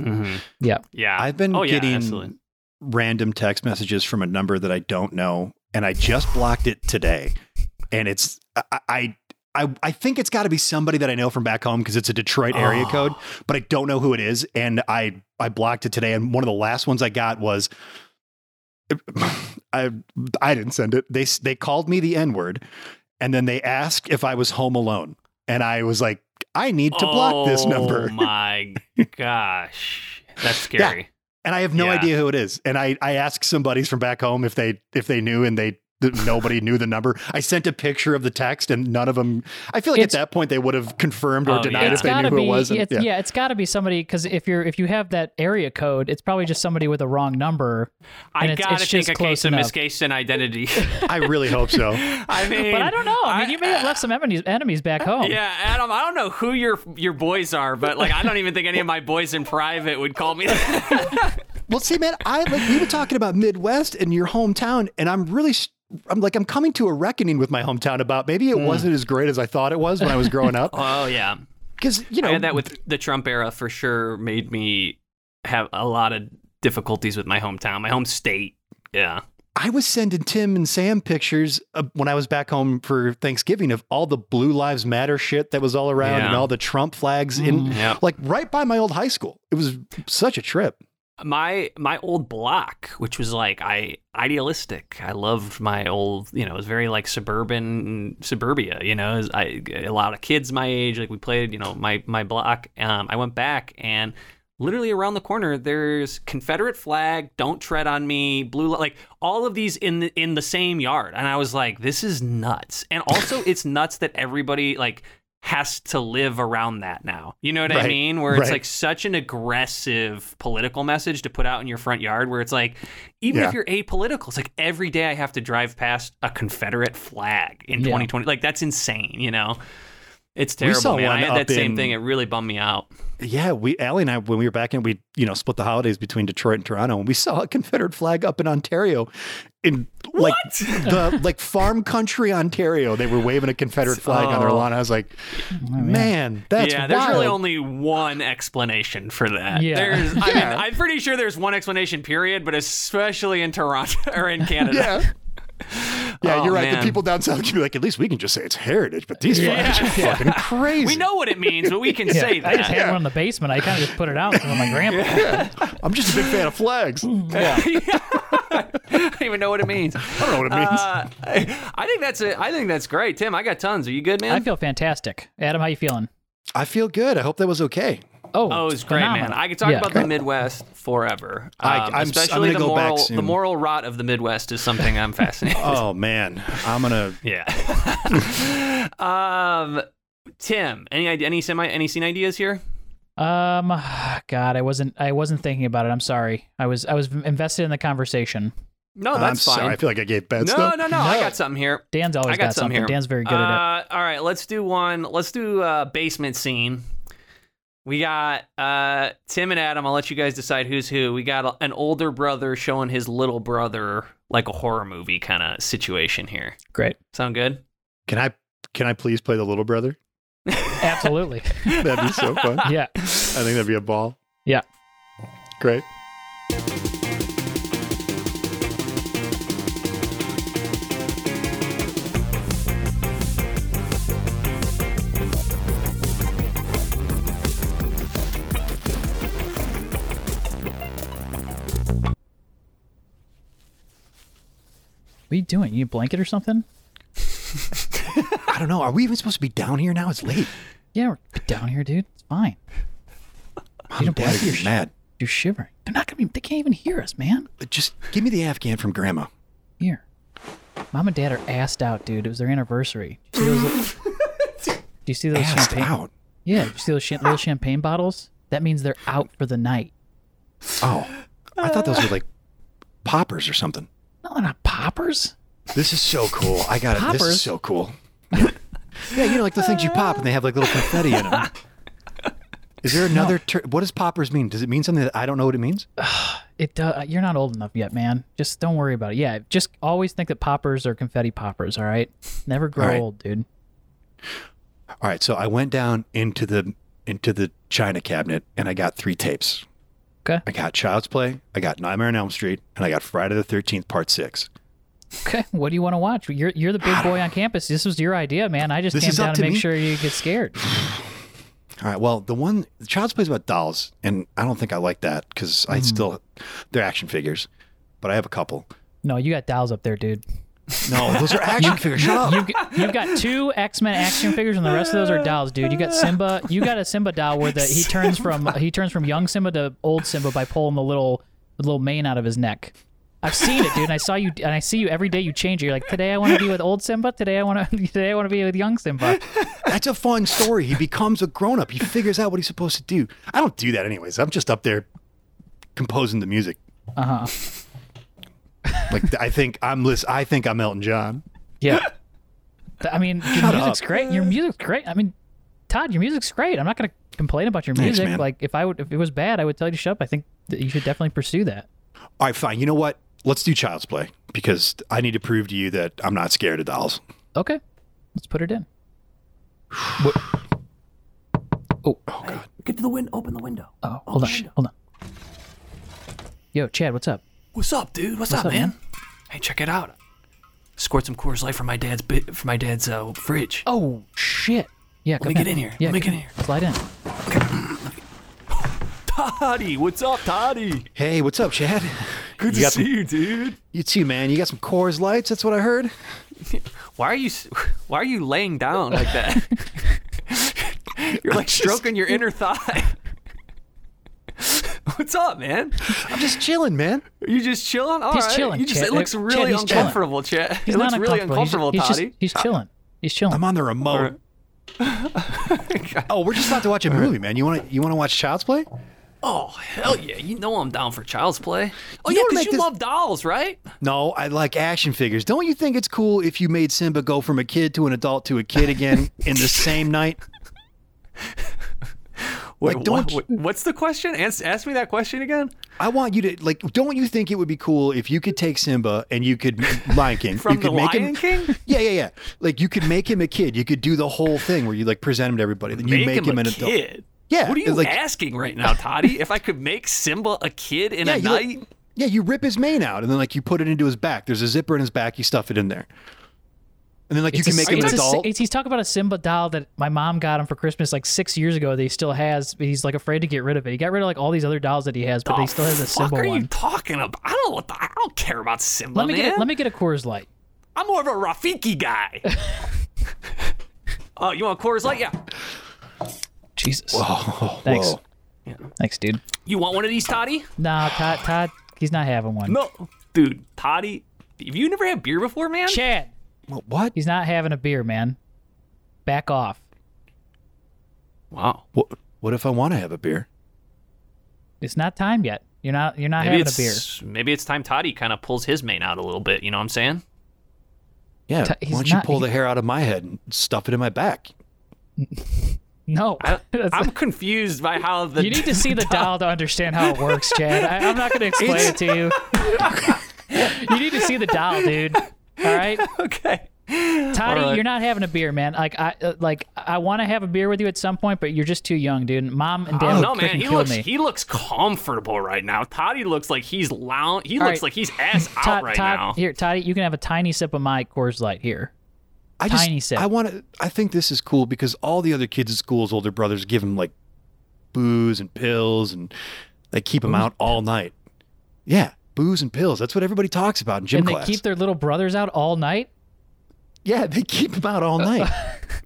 S2: Mm-hmm.
S3: Yeah.
S2: Yeah.
S4: I've been
S2: oh, Yeah,
S4: getting
S2: absolutely.
S4: random text messages from a number that I don't know, and I just blocked it today. And it's I I I, I think it's got to be somebody that I know from back home because it's a Detroit area
S2: Oh.
S4: code, but I don't know who it is. And I I blocked it today, and one of the last ones I got was (laughs) I I didn't send it. They they called me the N word, and then they asked if I was home alone, and I was like, I need to block this number, (laughs)
S2: Oh my gosh, that's
S4: Yeah.
S2: scary.
S4: and I have no
S2: yeah.
S4: idea who it is. And I I asked some buddies from back home if they if they knew, and they th- nobody knew the number. I sent a picture of the text, and none of them. I feel like
S3: It's-
S4: at that point they would have confirmed or
S2: Oh,
S4: denied
S2: yeah.
S4: if
S2: It's
S4: they knew
S3: gotta
S4: who
S3: be
S4: it was. and-
S3: it's, yeah. it's gotta be somebody because if you're if you have that area code, it's probably just somebody with a wrong number. And
S2: I
S3: it's-
S2: gotta
S3: it's
S2: think
S3: just
S2: a
S3: close
S2: case of
S3: enough.
S2: miscased
S3: (laughs)
S2: identity.
S4: I really hope so.
S2: I mean,
S3: But I don't know. I mean, you may have left some enemies enemies back home.
S2: Yeah, Adam, I don't know who your your boys are, but like I don't even think any of my boys in private would call me.
S4: (laughs)
S3: (laughs)
S4: Well, see, man, I like we were talking about Midwest and your hometown, and I'm really, s- I'm like, I'm coming to a reckoning with my hometown about maybe it wasn't as great as I thought it was when I was growing (laughs) up.
S2: oh yeah.
S4: Because you know,
S2: I had that with the Trump era for sure made me have a lot of difficulties with my hometown, my home state. Yeah.
S4: I was sending Tim and Sam pictures of, when I was back home for Thanksgiving of all the Blue Lives Matter shit that was all around
S2: Yeah. Mm,
S4: and all the Trump flags in,
S2: Yeah.
S4: like, right by my old high school. It was such a trip.
S2: my my old block, which was like I idealistic. I loved my old, you know, it was very like suburban suburbia. You know, It was- I a lot of kids my age. Like we played, you know, my my block. Um, I went back and literally around the corner, there's Confederate flag, don't tread on me, blue li- like all of these in the, in the same yard. And I was like, this is nuts. And also, it's nuts that everybody like has to live around that now. You know what I
S4: Right.
S2: mean? Where it's
S4: Right.
S2: like such an aggressive political message to put out in your front yard where it's like even
S4: Yeah.
S2: if you're apolitical it's like every day i have to drive past a confederate flag in
S3: Yeah.
S2: 2020 like that's insane you know it's terrible
S4: saw
S2: man i
S4: one
S2: had that
S4: up
S2: same
S4: in-
S2: thing it really bummed me out
S4: Yeah, we Allie and I when we were back in, we you know split the holidays between Detroit and Toronto, and we saw a Confederate flag up in Ontario, in like (laughs) the like farm country Ontario. They were waving a Confederate flag on their
S2: Oh.
S4: lawn. I was like, man, that's
S2: yeah, there's
S4: wild.
S2: really only one explanation for that.
S3: Yeah.
S2: There's, I
S4: Yeah.
S2: mean, I'm pretty sure there's one explanation, period, but especially in Toronto (laughs) or in Canada.
S4: (laughs) yeah. Yeah,
S2: Oh,
S4: you're right.
S2: man.
S4: The people down south can be like, at least we can just say it's heritage, but these flags (laughs) are fucking crazy.
S2: We know what it means, but we can
S3: Yeah,
S2: say that.
S3: I just had one in the basement. I kind of just put it out for my grandpa.
S4: I'm just a big fan of (laughs) flags. I don't
S2: (laughs) I don't even know what it means.
S4: know what it means.
S2: Uh, (laughs) I think that's it. I think that's great, Tim. I got tons. Are you good, man?
S3: I feel fantastic. Adam, how you feeling?
S4: I feel good. I hope that was okay.
S3: Oh,
S2: Oh, it's great, man.
S3: phenomenal.
S2: I could talk
S3: Yeah.
S2: about the Midwest forever. Um,
S4: I- I'm s- I'm
S2: especially
S4: gonna
S2: the
S4: go back
S2: moral, the
S4: soon.
S2: moral rot of the Midwest is something I'm fascinated.
S4: (laughs)
S2: (laughs)
S4: Oh man, I'm (laughs) gonna.
S2: yeah. um, Tim, any ide- any semi any scene ideas here?
S3: Um, God, I wasn't. I wasn't thinking about it. I'm sorry. I was. I was invested in the conversation.
S2: No,
S4: I'm
S2: that's
S4: sorry. I
S2: fine.
S4: feel like I gave bad
S2: No,
S4: stuff.
S2: no, no, I got something here.
S3: Dan's
S2: I
S3: always
S2: got,
S3: got,
S2: something
S3: something.
S2: here.
S3: Dan's very good at
S2: uh, All right, let's do one. Let's do uh, basement scene. We got uh, Tim and Adam. I'll let you guys decide who's who. We got a- an older brother showing his little brother like a horror movie kind of situation here.
S3: it. Great.
S2: Sound good?
S4: Can I? Can I please play the little brother?
S2: (laughs)
S3: Absolutely. (laughs)
S4: That'd be so (laughs) fun.
S3: yeah.
S4: I think that'd be a ball.
S3: Yeah.
S4: Great.
S3: What are you doing? You need a blanket or something?
S4: I don't know. Are we even supposed to be down here now? It's late.
S3: Yeah, we're down here, dude. It's fine.
S4: Mom and Dad are getting mad.
S3: You're shivering. They're not gonna be. They can't even hear us, man.
S4: Just give me the Afghan from Grandma.
S3: Here. Mom and Dad are assed out, dude. It was their anniversary. Do you see those,
S4: (laughs)
S3: do you see those
S4: Asked
S3: champagne?
S4: out.
S3: Yeah, you see those sh- little champagne bottles? That means they're out for the night.
S4: Oh, I thought those were like poppers or something.
S3: No, they're not poppers.
S4: This is so cool. I got it. This
S3: Poppers?
S4: is so cool. (laughs) Yeah, you know, like the things you pop and they have like little confetti in them. Is there (laughs) another? Ter- what does poppers mean? Does it mean something that I don't know what it means?
S3: It does. You're not old enough yet, man. Just don't worry about it. Yeah, just always think that poppers are confetti poppers. All right, never grow
S4: All right.
S3: old, dude.
S4: All right, so I went down into the into the china cabinet and I got three tapes.
S3: Okay.
S4: I got Child's Play, I got Nightmare on Elm Street, and I got Friday the Thirteenth Part Six.
S3: Okay, what do you want to watch? You're you're the big boy on campus. This was your idea, man. I just
S4: This
S3: came
S4: is
S3: down
S4: up
S3: to
S4: to
S3: make
S4: me?
S3: sure you get scared.
S4: All right, well, the one Hmm. Child's Play is about dolls, and I don't think I like that because I still they're action figures. but I have a couple.
S3: No, you got dolls up there, dude.
S4: No, (laughs) those are action figures. Shut up.
S3: You've, g- you've got two X Men action figures, and the rest of those are dolls, dude. You got Simba. You got a Simba doll where the he turns from he turns from young Simba to old Simba by pulling the little the little mane out of his neck. I've seen it, dude. And I saw you, and I see you every day. You change it. You're like, today I want to be with old Simba. Today I want to. (laughs) Today I want to be with young Simba.
S4: That's a fun story. He becomes a grown up. He figures out what he's supposed to do. I don't do that anyways. I'm just up there composing the music. Uh-huh.
S3: Uh huh.
S4: Like I think I'm lis- I think I'm Elton John.
S3: Yeah. Th- I mean, your music's
S4: up.
S3: great. Your music's great. I mean, Todd, your music's great. I'm not gonna complain about your music.
S4: man.
S3: like, if I would, if it was bad, I would tell you to shut up. I think that you should definitely pursue that.
S4: All right, fine. You know what? Let's do Child's Play because I need to prove to you that I'm not scared of dolls.
S3: Okay, let's put it in.
S5: Get to the window. Open the window.
S3: Oh, hold on, hold on. Yo, Chad, what's up?
S5: What's up, dude? What's, up,
S3: up,
S5: man? Hey, check it out. Scored some Coors Light from my dad's bit from my dad's uh, fridge.
S3: Oh shit! Yeah, let
S5: me get in here.
S3: Yeah,
S5: Let me
S3: come-
S5: get in here.
S3: Slide in.
S5: Toddy, what's up, Toddy?
S4: Hey, what's up, Chad?
S5: Good
S4: You
S5: to
S4: got
S5: see
S4: some-
S5: you, dude.
S4: You too, man. You got some Coors Lights. That's what I heard.
S2: Why are you s- (laughs) Why are you laying down like that?
S4: (laughs)
S2: You're like stroking your inner thigh. (laughs) What's up, man?
S4: I'm just chilling, man.
S2: You just chilling? All
S3: He's
S2: right.
S3: chilling,
S2: You just,
S3: Chad.
S2: It looks
S3: Chad,
S2: really
S3: he's chilling.
S2: uncomfortable, Chad.
S3: He's
S2: it
S3: not
S2: looks really
S3: uncomfortable.
S2: uncomfortable,
S3: He's,
S2: Toddy.
S3: He's, just, he's chilling. He's
S4: I'm
S3: chilling.
S4: on the (laughs) remote. Oh, we're just about to watch a movie, man. You want to you want to watch Child's Play?
S2: Oh hell yeah! You know I'm down for child's play. Oh
S4: You
S2: yeah,
S4: wanna
S2: because
S4: make
S2: you
S4: this-
S2: love dolls, right?
S4: No, I like action figures. Don't you think it's cool if you made Simba go from a kid to an adult to a kid again in the same night?
S2: Wait,
S4: Like, don't
S2: wha- wha- what's the question? Ask, ask me that question again.
S4: I want you to like. Don't you think it would be cool if you could take Simba and you could Lion King?
S2: From
S4: you could
S2: the
S4: make
S2: Lion
S4: him,
S2: King?
S4: (laughs) Yeah, yeah, yeah. Like you could make him a kid. You could do the whole thing where you like present him to everybody. Then you make him,
S2: a
S4: an adult.
S2: kid.
S4: Yeah,
S2: What are you
S4: like-
S2: asking right now, Toddy? if I could make Simba a kid in
S4: Yeah,
S2: a
S4: you like-
S2: night?
S4: yeah, you rip his mane out and then like you put it into his back. There's a zipper in his back. You stuff it in there, and then like you
S3: It's
S4: can
S3: a-
S4: make him an
S3: it's a-
S4: adult. (laughs)
S3: it's- he's talking about a Simba doll that my mom got him for Christmas like six years ago that he still has. But he's like afraid to get rid of it. He got rid of like all these other dolls that he has, but
S2: The
S3: he still has a
S2: Oh, fuck
S3: Simba
S2: are
S3: one.
S2: you talking about? I don't know what the, I don't care about Simba,
S3: let me
S2: man.
S3: get a, let me get a Coors Light.
S2: I'm more of a Rafiki
S3: (laughs)
S2: guy. oh, you want Coors Light? Yeah.
S3: Jesus.
S4: oh,
S3: Thanks.
S4: whoa.
S3: Thanks, dude.
S2: You want one of these, Toddy?
S3: Nah, Todd, Todd, he's not having one.
S2: No, dude, Toddy. Have you never had beer before, man?
S3: Chad,
S4: Wha- What?
S3: he's not having a beer, man. Back off.
S2: Wow.
S4: What? What if I want to have a beer?
S3: It's not time yet. You're not. You're not
S2: Maybe
S3: having a beer.
S2: it's, maybe it's time Toddy kind of pulls his mane out a little bit. You know what I'm
S3: (laughs)
S2: saying?
S4: Yeah.
S3: Ta- he's
S4: why don't you
S3: not-
S4: pull
S3: he-
S4: the hair out of my head and stuff it in my back?
S3: No.
S2: I,
S3: (laughs) That's-
S2: I'm confused by how the
S3: you
S2: (laughs)
S3: need to see the doll to understand how it works, Chad. I, I'm not going to explain it to you. you need to see the doll, dude. All right,
S2: okay.
S3: Toddy,
S2: All right.
S3: you're not having a beer, man. Like I, uh, like I want to have a beer with you at some point, but you're just too young, dude. Mom and
S2: I
S3: dad
S2: don't
S3: would
S2: know, Oh, man.
S3: freaking
S2: He
S3: kill
S2: looks
S3: me.
S2: he looks comfortable right now. Toddy looks like he's lounge. He
S3: All
S2: looks
S3: right.
S2: like he's ass out
S3: Todd,
S2: right
S3: Todd,
S2: now.
S3: here, Toddy, you can have a tiny sip of my Coors Light here.
S4: I just,
S3: Tiny sip.
S4: I want to. I think this is cool because all the other kids at school's older brothers give him like booze and pills, and they keep him out all night. Yeah, booze and pills. That's what everybody talks about in gym
S3: and
S4: class.
S3: they keep their little brothers out all night.
S4: yeah, they keep him
S3: (laughs)
S4: out all night.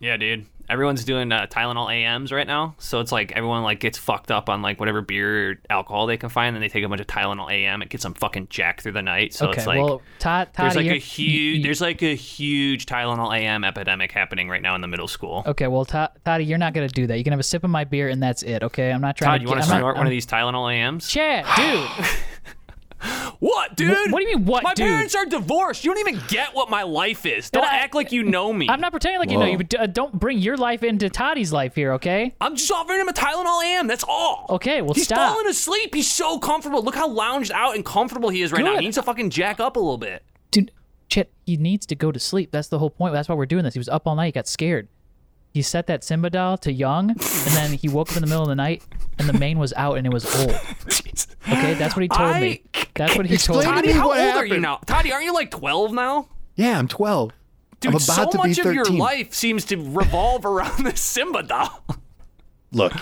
S2: Yeah, dude. Everyone's doing uh, Tylenol AMs right now, so it's like everyone like gets fucked up on like whatever beer or alcohol they can find, and they take a bunch of Tylenol AM. It gets them fucking jacked through the night. So
S3: okay,
S2: it's like
S3: well, Todd, Toddy,
S2: there's like
S3: you're-
S2: a
S3: you-
S2: huge
S3: you-
S2: there's like a huge Tylenol AM epidemic happening right now in the middle school.
S3: Okay, well, Todd, Toddy, you're not gonna do that. You can have a sip of my beer, and that's it. Okay, I'm not
S2: Todd,
S3: trying to.
S2: you want to
S3: I'm not-
S2: snort one
S3: I'm-
S2: of these Tylenol AMs? (gasps)
S3: Chad, dude,
S2: What, dude?
S3: what do you mean, what,
S2: my
S3: dude?
S2: parents are divorced. You don't even get what my life is. Don't
S3: I-
S2: act like you know me.
S3: I'm not pretending like you know you. but, uh, Don't bring your life into Toddy's life here, okay?
S2: I'm just offering him a Tylenol AM. That's all.
S3: Okay, well,
S2: He's
S3: stop.
S2: falling asleep. He's so comfortable. Look how lounged out and comfortable he is right now.
S3: Good.
S2: He needs to fucking jack up a little bit.
S3: Dude, Chad, he needs to go to sleep. That's the whole point. That's why we're doing this. He was up all night. He got scared. He set that Simba doll to young, and then he woke up in the middle of the night, and the mane was out and it was
S2: (laughs)
S3: old. Okay, that's what he told
S2: I-
S3: me. That's what he told
S4: Explain
S3: me.
S2: Toddy,
S4: to me
S2: how
S4: what
S2: old are you
S4: happened.
S2: now? Toddy, aren't you like 12 now?
S4: yeah, I'm 12.
S2: Dude,
S4: I'm about
S2: so
S4: to
S2: much
S4: be
S2: (laughs)
S4: 13.
S2: of your life seems to revolve around the Simba doll.
S4: Look,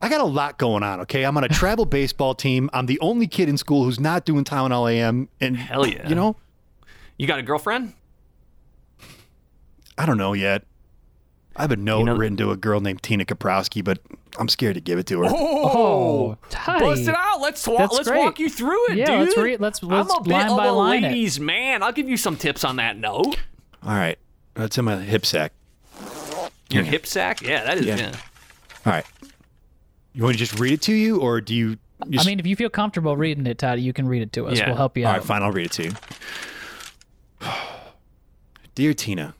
S4: I got a lot going on, okay? I'm
S3: (laughs)
S4: on a travel baseball team. I'm the only kid in school who's not doing town all AM and
S2: Hell yeah.
S4: you know,
S2: You got a girlfriend?
S4: I don't know yet. I have a note
S2: know-
S4: written to a girl named Tina Kaprowski, but I'm scared to give it to her.
S2: Oh,
S3: tight.
S2: bust it out. Let's wa-
S3: That's
S2: let's
S3: great.
S2: walk you through it,
S3: Yeah,
S2: dude.
S3: let's read- let's- let's
S2: I'm a bit
S3: line
S2: of
S3: by
S2: a
S3: line it.
S2: ladies' man. I'll give you some tips on that note.
S4: All right. That's in my hip sack.
S2: Your hip sack, yeah, that is.
S4: Yeah.
S2: yeah.
S4: All right. You want me to just read it to you or do you
S3: I
S4: just
S3: mean, if you feel comfortable reading it, Todd, you can read it to us.
S2: Yeah.
S3: We'll help you
S4: All
S3: out.
S4: right, fine. I'll read it to you. (sighs) Dear Tina,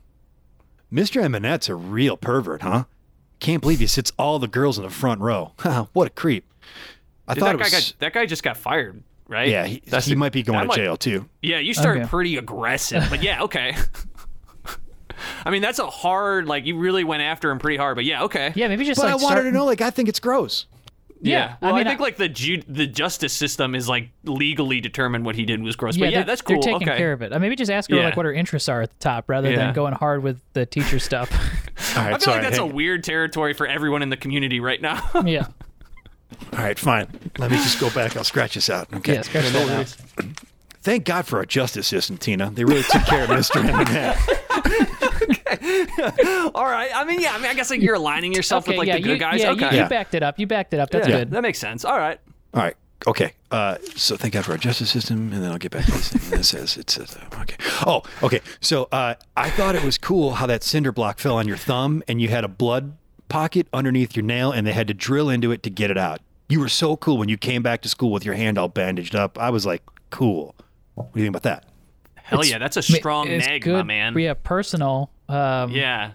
S4: Mr. Eminette's a real pervert, huh? Can't believe he sits all the girls in the front row. (laughs) Haha, what a creep. I
S2: Dude,
S4: thought
S2: that
S4: it
S2: guy
S4: was.
S2: got, that guy just got fired, right?
S4: yeah, he,
S2: That's
S4: he
S2: the-
S4: might be going
S2: I'm
S4: to
S2: like-
S4: jail too.
S2: Yeah, you start
S3: Okay.
S2: pretty aggressive, but yeah, okay. (laughs) I mean, that's a hard. Like you really went after him pretty hard, but yeah, okay.
S3: Yeah, maybe just
S4: But
S3: like
S4: I wanted
S3: start-
S4: to know. Like, I think it's gross.
S3: Yeah,
S2: Well,
S3: I
S2: I,
S3: mean,
S2: think
S3: I-
S2: like the ju- the justice system is like legally determined what he did was gross. but yeah,
S3: they're-
S2: that's cool.
S3: They're taking
S2: okay.
S3: care of it. Uh, Maybe just ask her
S2: Yeah.
S3: like what her interests are at the top, rather
S2: Yeah.
S3: than going hard with the teacher
S2: (laughs)
S3: stuff. (laughs)
S4: All right,
S2: I feel
S4: sorry,
S2: like that's a
S4: hang-
S2: weird territory for everyone in the community right now. (laughs)
S3: yeah.
S4: All right, fine. Let me just go back. I'll scratch this out. Okay.
S3: Yeah. Scratch that out.
S4: Thank God for our justice system, Tina. They really took care of Mr.
S2: (laughs)
S4: Eminette.
S2: All right. I mean, yeah. I mean, I guess like you're
S3: (laughs)
S2: aligning yourself
S3: Okay.
S2: with like
S3: yeah.
S2: the
S3: You,
S2: good guys.
S3: yeah, you-
S2: okay.
S3: You,
S4: Yeah.
S3: backed it up. You backed it up. That's
S2: Yeah,
S3: good.
S2: That makes sense. All right.
S4: All right. Okay. Uh, so thank God for our justice system, and then I'll get back to this thing. And it says, it says, uh, okay. Oh, okay. So uh, I thought it was cool how that cinder block fell on your thumb, and you had a blood pocket underneath your nail, and they had to drill into it to get it out. You were so cool when you came back to school with your hand all bandaged up. I was like, cool. What do you think about that?
S2: Hell yeah. That's a strong
S3: it's
S2: neg,
S3: good.
S2: my man.
S3: Yeah, personal. Um,
S2: Yeah.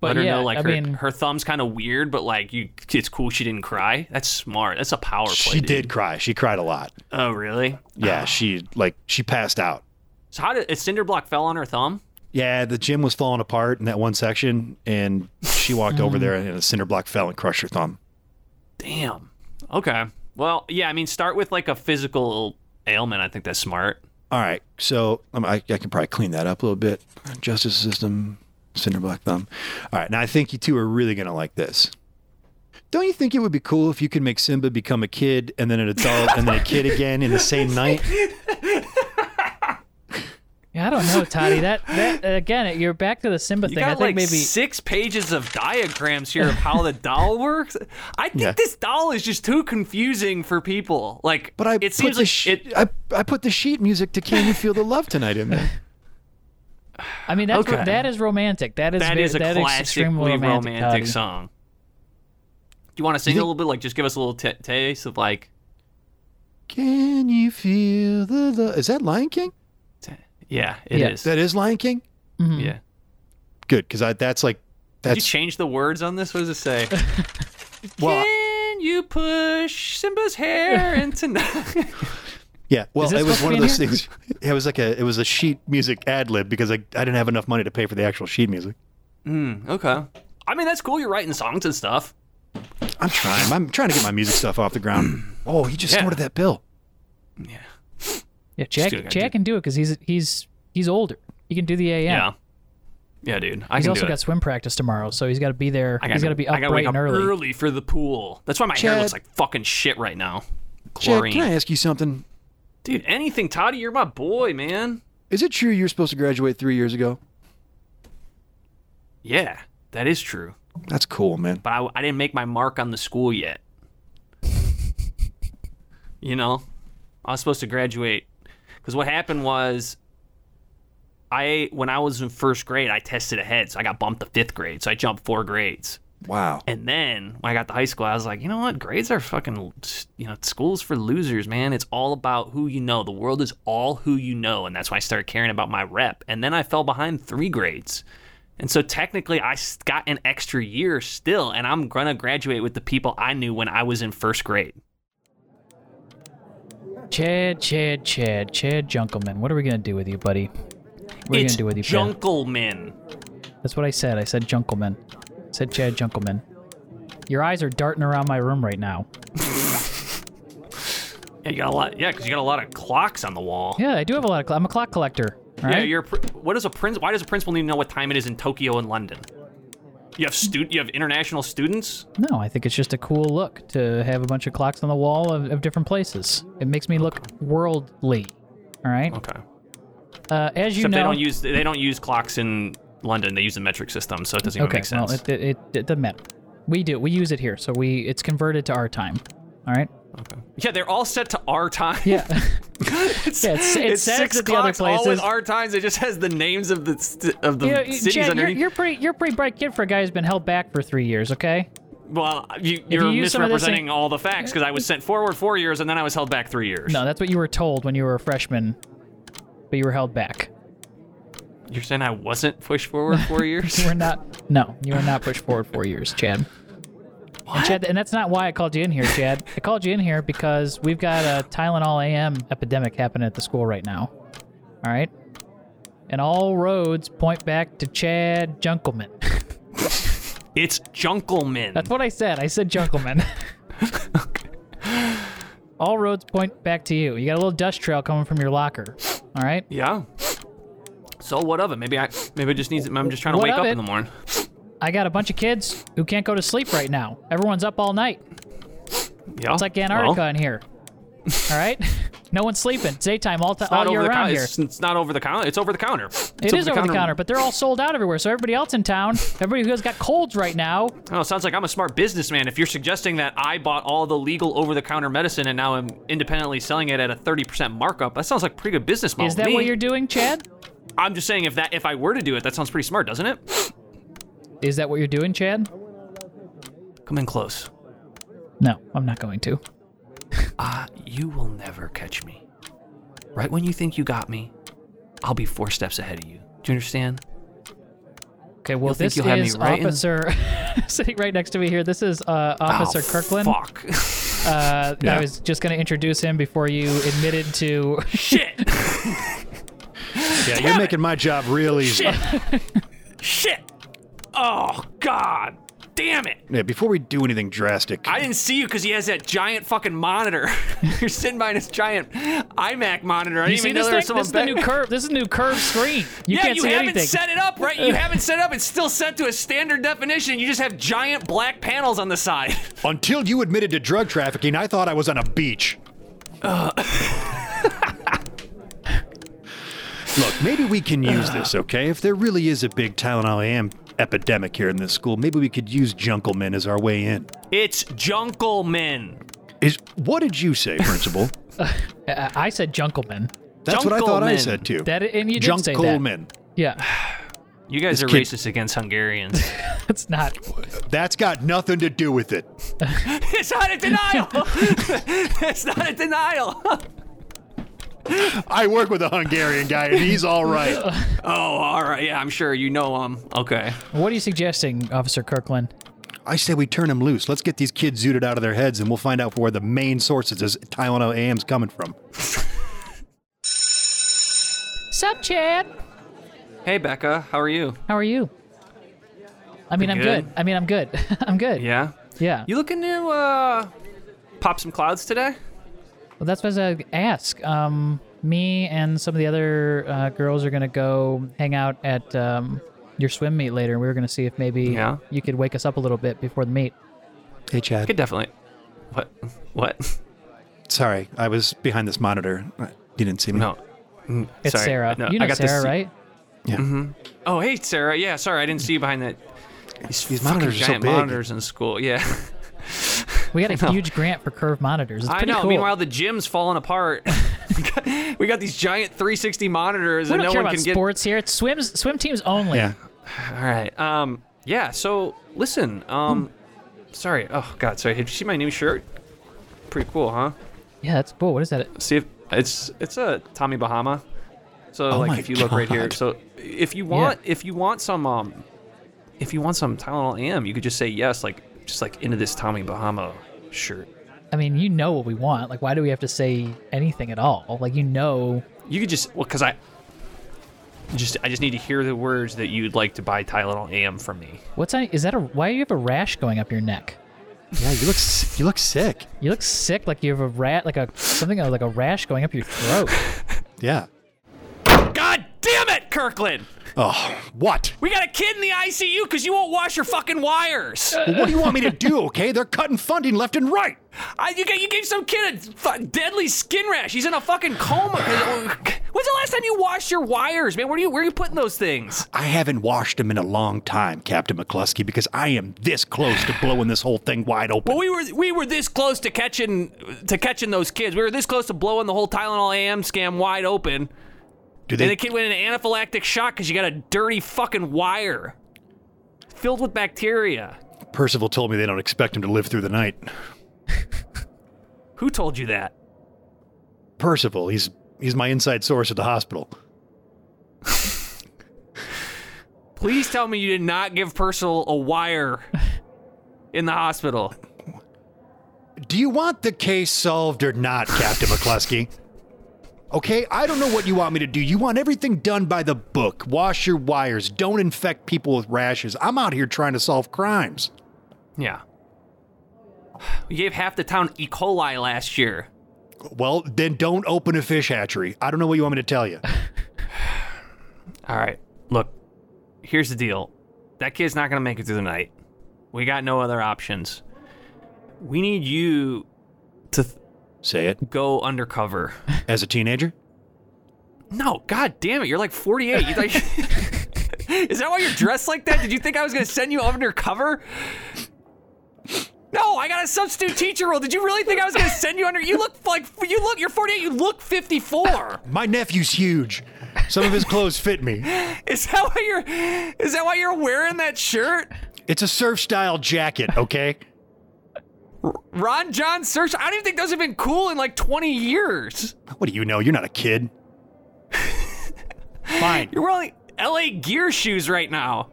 S3: but
S2: Let her
S3: yeah,
S2: know like
S3: I
S2: her,
S3: mean,
S2: her thumb's kind of weird, but like you, it's cool she didn't cry. That's smart. That's a power play.
S4: She
S2: dude.
S4: did cry. She cried a lot.
S2: Oh really?
S4: Yeah. She like she passed out.
S2: So how did a cinder block fell on her thumb?
S4: Yeah, the gym was falling apart in that one section, and she walked over there, and a cinder block fell and crushed her thumb.
S2: Damn. Okay. Well, yeah. I mean, start with like a physical ailment. I think that's smart.
S4: All right, so um, I, I can probably clean that up a little bit. Justice system, cinder block thumb. All right, now I think you two are really gonna like this. Don't you think it would be cool if you could make Simba become a kid and then an adult and then a (laughs) kid again in the same night?
S3: yeah, I don't know,
S2: (laughs)
S3: Toddy. That that again, you're back to the Simba
S2: You
S3: thing. I
S2: got
S3: think
S2: like
S3: maybe
S2: six pages of diagrams here of how the doll (laughs) works. I think
S4: Yeah.
S2: this doll is just too confusing for people. Like,
S4: But I
S2: it
S4: put
S2: seems
S4: the
S2: like
S4: sh-
S2: it.
S4: I, I put the sheet music to "Can You Feel the Love Tonight" in (laughs) there.
S3: I mean, that's
S2: Okay.
S3: ro- that is romantic. That is
S2: That
S3: ve-
S2: is a
S3: that is
S2: classically
S3: extremely romantic,
S2: romantic,
S3: Toddy.
S2: song. Do you want to sing a little bit? Like, just give us a little t- taste of like.
S4: Can you feel the love? Is that Lion King?
S2: t- yeah, it is.
S3: Yeah.
S4: That is Lion King.
S3: Mhm.
S2: yeah.
S4: Good, because I that's like
S2: Did you
S4: that's
S2: change the words on this? What does it
S3: (laughs)
S2: say?
S4: well
S2: Can you push Simba's
S3: (laughs)
S2: hair into? (laughs)
S4: yeah. Well,
S3: Is this
S4: it was
S3: supposed
S4: one
S3: to
S4: of
S3: be
S4: those
S3: in
S4: things. (laughs) It was like a it was a sheet music ad lib because I I didn't have enough money to pay for the actual sheet music.
S2: mm, okay. I mean, that's cool. You're writing songs and stuff.
S4: I'm trying. I'm trying to get my music stuff off the ground. (clears throat) Oh, he just
S2: Yeah.
S4: snorted that bill.
S3: Yeah, Jack.
S2: do it, I
S3: Jack
S2: did.
S3: can do it because he's he's he's older. He can do the AM.
S2: Yeah. Yeah, dude. I
S3: He's
S2: can
S3: also
S2: do it.
S3: got swim practice tomorrow, so he's got to be there.
S2: I gotta,
S3: he's got to be
S2: I
S3: up
S2: gotta
S3: bright
S2: wake
S3: and
S2: up
S3: early.
S2: for the pool. That's why my hair
S4: Chad.
S2: looks like fucking shit right now.
S4: Chad,
S2: Chlorine.
S4: can I ask you something?
S2: Dude, anything, Toddy, you're my boy, man.
S4: Is it true you were supposed to graduate three years ago?
S2: Yeah, that is true.
S4: That's cool, man.
S2: But I, I didn't make my mark on the school yet. you know, I was supposed to graduate. Because what happened was, I when I was in first grade, I tested ahead, so I got bumped to fifth grade. So I jumped four grades.
S4: Wow.
S2: And then when I got to high school, I was like, you know what? Grades are fucking, you know, school's for losers, man. It's all about who you know. The world is all who you know. And that's why I started caring about my rep. And then I fell behind three grades. And so technically, I s- got an extra year still. And I'm going to graduate with the people I knew when I was in first grade.
S3: Chad, Chad, Chad, Chad Junkelman. What are we gonna do with you, buddy? What are we
S2: it's
S3: gonna do with you, pal?
S2: Junkelman.
S3: That's what I said. I said Junkelman. I said Chad Junkelman. Your eyes are darting around my room right now.
S2: Yeah, you got a lot. Yeah, because you got a lot of clocks on the wall.
S3: Yeah, I do have a lot of. Cl- I'm a clock collector. all
S2: Yeah,
S3: Right?
S2: you're. a pr- What does a prince? Why does a principal need to know what time it is in Tokyo and London? You have student. You have international students.
S3: No, I think it's just a cool look to have a bunch of clocks on the wall of, of different places. It makes me look worldly. All right.
S2: Okay.
S3: Uh, as you
S2: Oh. Except
S3: know,
S2: they don't use they don't use clocks in London. They use the metric system, so it doesn't even
S3: okay.
S2: make sense.
S3: Well, it, it, it, it doesn't matter. We do. We use it here, so we it's converted to our time. All right.
S2: yeah, they're all set to our time.
S3: Yeah. yeah
S2: (laughs)
S3: it's, it
S2: it's
S3: says
S2: six
S3: that the other
S2: clocks, all
S3: places.
S2: with our times. It just has the names of the st- of the
S3: (laughs) You know,
S2: cities
S3: Jan, you're,
S2: underneath.
S3: you're pretty. You're a pretty bright kid for a guy who's been held back for three years. Okay.
S2: well, you, you're
S3: use some of this
S2: misrepresenting
S3: thing-
S2: all the facts because I was sent forward four years and then I was held back three years.
S3: No, that's what you were told when you were a freshman, but you were held back. (laughs)
S2: You're saying I wasn't pushed forward four years?
S3: You were not. No, you were not pushed forward four years, Chad. And Chad, and that's not why I called you in here, Chad. I called you in here because we've got a Tylenol AM epidemic happening at the school right now. All right, and all roads point back to Chad Junkelman.
S2: it's Junkelman.
S3: That's what I said. I said
S2: (laughs)
S3: Junkelman. All roads point back to you. You got a little dust trail coming from your locker. All right.
S2: yeah. So what of it? Maybe I maybe I just needs. I'm just trying to
S3: What
S2: wake
S3: of
S2: up
S3: it?
S2: in the morning.
S3: I got a bunch of kids who can't go to sleep right now. Everyone's up all night.
S2: Yeah.
S3: It's like Antarctica in here. All right, no one's sleeping. It's daytime all, t-
S2: not
S3: all year
S2: over the
S3: round
S2: counter.
S3: here.
S2: It's, it's not over the counter. It's over the counter. It's
S3: It is over the counter, but they're all sold out everywhere. So everybody else in town, everybody who's got colds right now,
S2: Oh, sounds like I'm a smart businessman. If you're suggesting that I bought all the legal over-the-counter medicine and now I'm independently selling it at a 30% markup, that sounds like a pretty good business model.
S3: is
S2: to
S3: that
S2: me.
S3: what you're doing, Chad?
S2: I'm just saying if that if I were to do it, that sounds pretty smart, doesn't it?
S3: Is that what you're doing, Chad?
S2: Come in close.
S3: No, I'm not going to.
S2: Ah, you will never catch me. Right when you think you got me, I'll be four steps ahead of you. Do you understand?
S3: Okay, well,
S2: You'll think
S3: this
S2: you'll have me
S3: is
S2: right in-
S3: Officer (laughs) sitting right next to me here. This is uh, Officer
S2: oh,
S3: Kirkland.
S2: Fuck. (laughs)
S3: Uh, I was just going to introduce him before you admitted
S2: (laughs)
S3: to.
S2: Shit.
S4: Yeah, you're making my job real easy.
S2: Shit. Oh God. Damn it.
S4: Yeah, before we do anything drastic,
S2: I didn't see you because he has that giant fucking monitor. (laughs) You're sitting behind his giant iMac monitor. I
S3: you
S2: didn't
S3: see
S2: even know there
S3: this thing?
S2: was someone
S3: This is the new
S2: back-
S3: curve. This is new curved screen. You
S2: yeah,
S3: can't
S2: you
S3: see
S2: haven't
S3: anything.
S2: set it up right.
S3: (laughs)
S2: You haven't set it up. It's still set to a standard definition. You just have giant black panels on the side. (laughs)
S4: until you admitted to drug trafficking, I thought I was on
S3: (laughs)
S4: a beach. Look, maybe we can
S3: (sighs)
S4: use this, okay? If there really is a big Tylenol AM epidemic here in this school, maybe we could use Junkelman as our way in.
S2: It's Junkelman.
S4: Is what did you say,
S3: (laughs)
S4: Principal?
S3: Uh, I said Junkelman.
S4: That's what I thought I
S2: Junkelman.
S4: said too.
S3: That and you did say that.
S4: Junkelman.
S3: Yeah. (laughs)
S2: You guys
S4: This
S2: are
S4: kid-
S2: racist against Hungarians.
S3: It's not.
S4: That's got nothing to do with it.
S2: it's not a
S3: (laughs)
S2: denial. (laughs) it's not a denial. (laughs)
S4: I work with a Hungarian guy, and he's
S3: (laughs)
S4: all right.
S2: oh, all right. Yeah, I'm sure you know him. Okay.
S3: What are you suggesting, Officer Kirkland?
S4: I say we turn him loose. Let's get these kids zooted out of their heads, and we'll find out where the main sources of this Tylenol AM's coming from.
S3: Sup, Chad?
S2: Hey, Becca. How are you?
S3: How are you? I mean, I'm good.
S2: good.
S3: I mean, I'm good. (laughs) I'm good.
S2: Yeah.
S3: Yeah.
S2: You looking to uh, pop some clouds today?
S3: Well, that's what I was gonna ask. Um, me and some of the other uh, girls are gonna go hang out at um, your swim meet later. We were gonna see if maybe
S2: Yeah.
S3: you could wake us up a little bit before the meet.
S4: Hey, Chad.
S2: Could definitely. What?
S3: (laughs)
S2: What?
S4: Sorry, I was behind this monitor. Uh, You didn't see me.
S2: No. Mm,
S3: It's
S2: sorry.
S3: Sarah.
S2: No,
S3: you know
S2: I got
S3: Sarah,
S2: this- (laughs)
S3: right?
S2: Oh, hey, Sarah. Yeah, sorry, I didn't see you behind that. These,
S4: These
S2: fucking
S4: monitors are so
S2: giant
S4: big.
S2: monitors in school.
S3: (laughs)
S2: Yeah,
S3: We got a huge grant for curved monitors. It's
S2: I
S3: pretty
S2: know.
S3: cool.
S2: Meanwhile, the gym's falling apart. (laughs) We got- we got these giant 360 monitors,
S3: we
S2: and
S3: don't
S2: no
S3: care
S2: one
S3: about
S2: can get.
S3: sports here. It's swims, swim teams only.
S4: Yeah.
S2: All right. Um. Yeah. So listen. Um.
S3: Hmm.
S2: Sorry. Oh God. Sorry. Did you see my new shirt? Pretty cool, huh?
S3: Yeah, that's cool. What is that?
S2: See if it's it's a Tommy Bahama. So
S4: Oh my
S2: like if you look right here.
S4: God.
S2: So if you want if you want some um if you want some Tylenol AM, you could just say yes, like just like into this Tommy Bahama shirt.
S3: I mean, you know what we want. Like, why do we have to say anything at all? Like, you know,
S2: You could just well because I just I just need to hear the words that you'd like to buy Tylenol AM from me.
S3: what's on? Is that a? Why do you have a rash going up your neck?
S4: Yeah, you look s- you look sick.
S3: You look sick. Like you have a rat, like a something
S4: (laughs)
S3: like a rash going up your throat.
S4: Yeah.
S2: God damn it, Kirkland!
S4: Oh, what?
S2: We got a kid in the ICU because you won't wash your fucking wires.
S4: Well, what do you want me
S2: (laughs)
S4: to do? Okay, they're cutting funding left and right.
S2: I, you, got- you gave some kid a fu- deadly skin rash. He's in a fucking coma. 'cause- When's the last time you washed your wires, man? Where are you where are you putting those things?
S4: I haven't washed them in a long time, Captain McCluskey, because I am this close to blowing this whole thing wide open.
S2: Well, we were we were this close to catching to catching those kids. We were this close to blowing the whole Tylenol AM scam wide open.
S4: do
S2: And
S4: they?
S2: the kid went into anaphylactic shock because you got a dirty fucking wire filled with bacteria.
S4: Percival told me they don't expect him to live through the night.
S2: Who told you that?
S4: Percival, he's he's my inside source at the hospital.
S2: Please tell me you did not give Purcell a wire in the hospital.
S4: Do you want the case solved or not, Captain McCluskey? Okay, I don't know what you want me to do. You want everything done by the book. Wash your wires. Don't infect people with rashes. I'm out here trying to solve crimes.
S2: Yeah. We gave half the town E. coli last year.
S4: Well, then don't open a fish hatchery. I don't know what you want me to tell you.
S2: All right. Look, here's the deal. That kid's not going to make it through the night. We got no other options. We need you to th-
S4: Say it.
S2: go undercover.
S4: As a teenager?
S2: No, god damn it. You're like (laughs) 48. You like- Is that why you're dressed like that? Did you think I was going to send you undercover? No, I got a substitute teacher role. Did you really think I was going to send you under? You look like you look. You're 48. You look 54.
S4: My nephew's huge. Some of his clothes fit me.
S2: Is that why you're? Is that why you're wearing that shirt?
S4: It's a surf style jacket, okay?
S2: Ron John search. I don't even think those have been cool in like 20 years.
S4: What do you know? You're not a kid. Fine.
S2: You're wearing like LA gear shoes right now.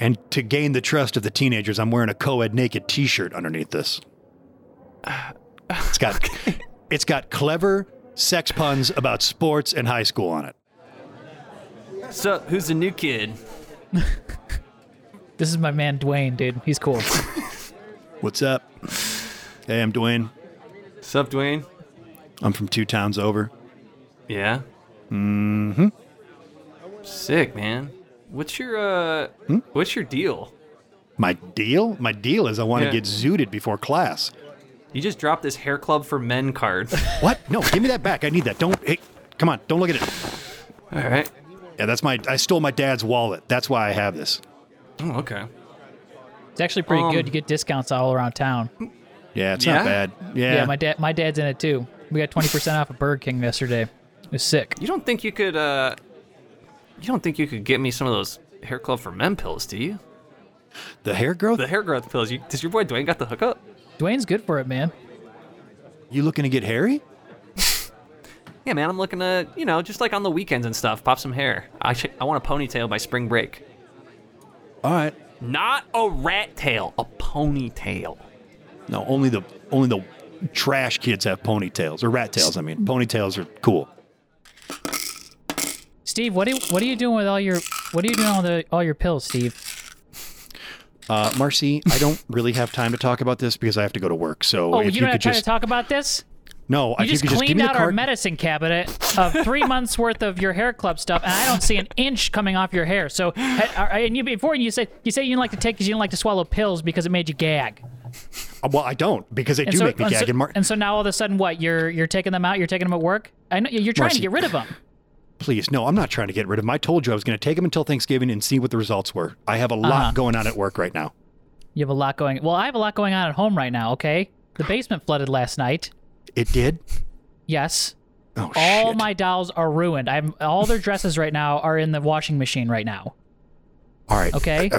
S4: And to gain the trust of the teenagers, I'm wearing a co-ed naked T-shirt underneath this.
S2: (laughs)
S4: It's got it's got clever sex puns about sports and high school on it.
S2: So who's the new kid?
S3: This is my man Dwayne, dude. He's cool.
S4: What's up? Hey, I'm Dwayne.
S2: Sup, Dwayne?
S4: I'm from two towns over.
S2: Yeah. Mm-hmm. Sick, man. What's your uh what's your deal?
S4: My deal? My deal is I want to
S2: Yeah.
S4: get zooted before class.
S2: You just dropped this hair club for men (laughs) card.
S4: What? No, give me that back. I need that. Don't. Hey, come on. Don't look at it.
S2: All right.
S4: Yeah, that's my. I stole my dad's wallet. That's why I have this.
S2: Oh, okay.
S3: It's actually pretty
S2: Um,
S3: good. You get discounts all around town.
S4: Yeah, it's
S2: Yeah?
S4: not bad. Yeah.
S3: Yeah, my dad, my dad's in it too. We got twenty percent off of Burger King yesterday. It was sick.
S2: You don't think you could uh you don't think you could get me some of those hair club for men pills, do you?
S4: the hair growth.
S2: The hair growth pills. You, does your boy Dwayne got the hookup?
S3: Dwayne's good for it, man.
S4: you looking to get hairy?
S2: Yeah, man, I'm looking to, you know, just like on the weekends and stuff, pop some hair. I sh- I want a ponytail by spring break.
S4: All right.
S2: Not a rat tail, a ponytail.
S4: No, only the only the trash kids have ponytails or rat tails. I mean, ponytails are cool.
S3: Steve, what do you, what are you doing with all your what are you doing with all, the, all your pills, Steve?
S4: Uh, Marcy,
S3: (laughs)
S4: I don't really have time to talk about this because I have to go to work. So
S3: Oh,
S4: if
S3: you
S4: you,
S3: don't have
S4: could
S3: time
S4: just
S3: to talk about this.
S4: no,
S3: You
S4: if
S3: just
S4: you could just give
S3: cleaned
S4: me the
S3: out our
S4: card.
S3: medicine cabinet of
S4: (laughs)
S3: three months worth of your hair club stuff, and I don't see an inch coming off your hair. So, ha- are- and you before you said you say you didn't like to take because you didn't like to swallow pills because it made you gag.
S4: Uh, well, I don't because they
S3: And
S4: do
S3: so,
S4: make me
S3: and
S4: gag.
S3: So,
S4: and Mar-
S3: and so now all of a sudden, what you're you're taking them out? You're taking them at work? I know you're trying
S4: Marcy.
S3: to get rid of
S4: (laughs)
S3: them.
S4: please, no, I'm not trying to get rid of them. I told you I was going to take them until Thanksgiving and see what the results were. I have a
S3: Uh-huh.
S4: lot going on at work right now.
S3: You have a lot going. Well, I have a lot going on at home right now. Okay, the basement flooded last night.
S4: It did.
S3: Yes,
S4: Oh
S3: all
S4: shit!
S3: my dolls are ruined. I'm all their dresses right now are in the washing machine right now.
S4: all right. Uh,
S3: Okay,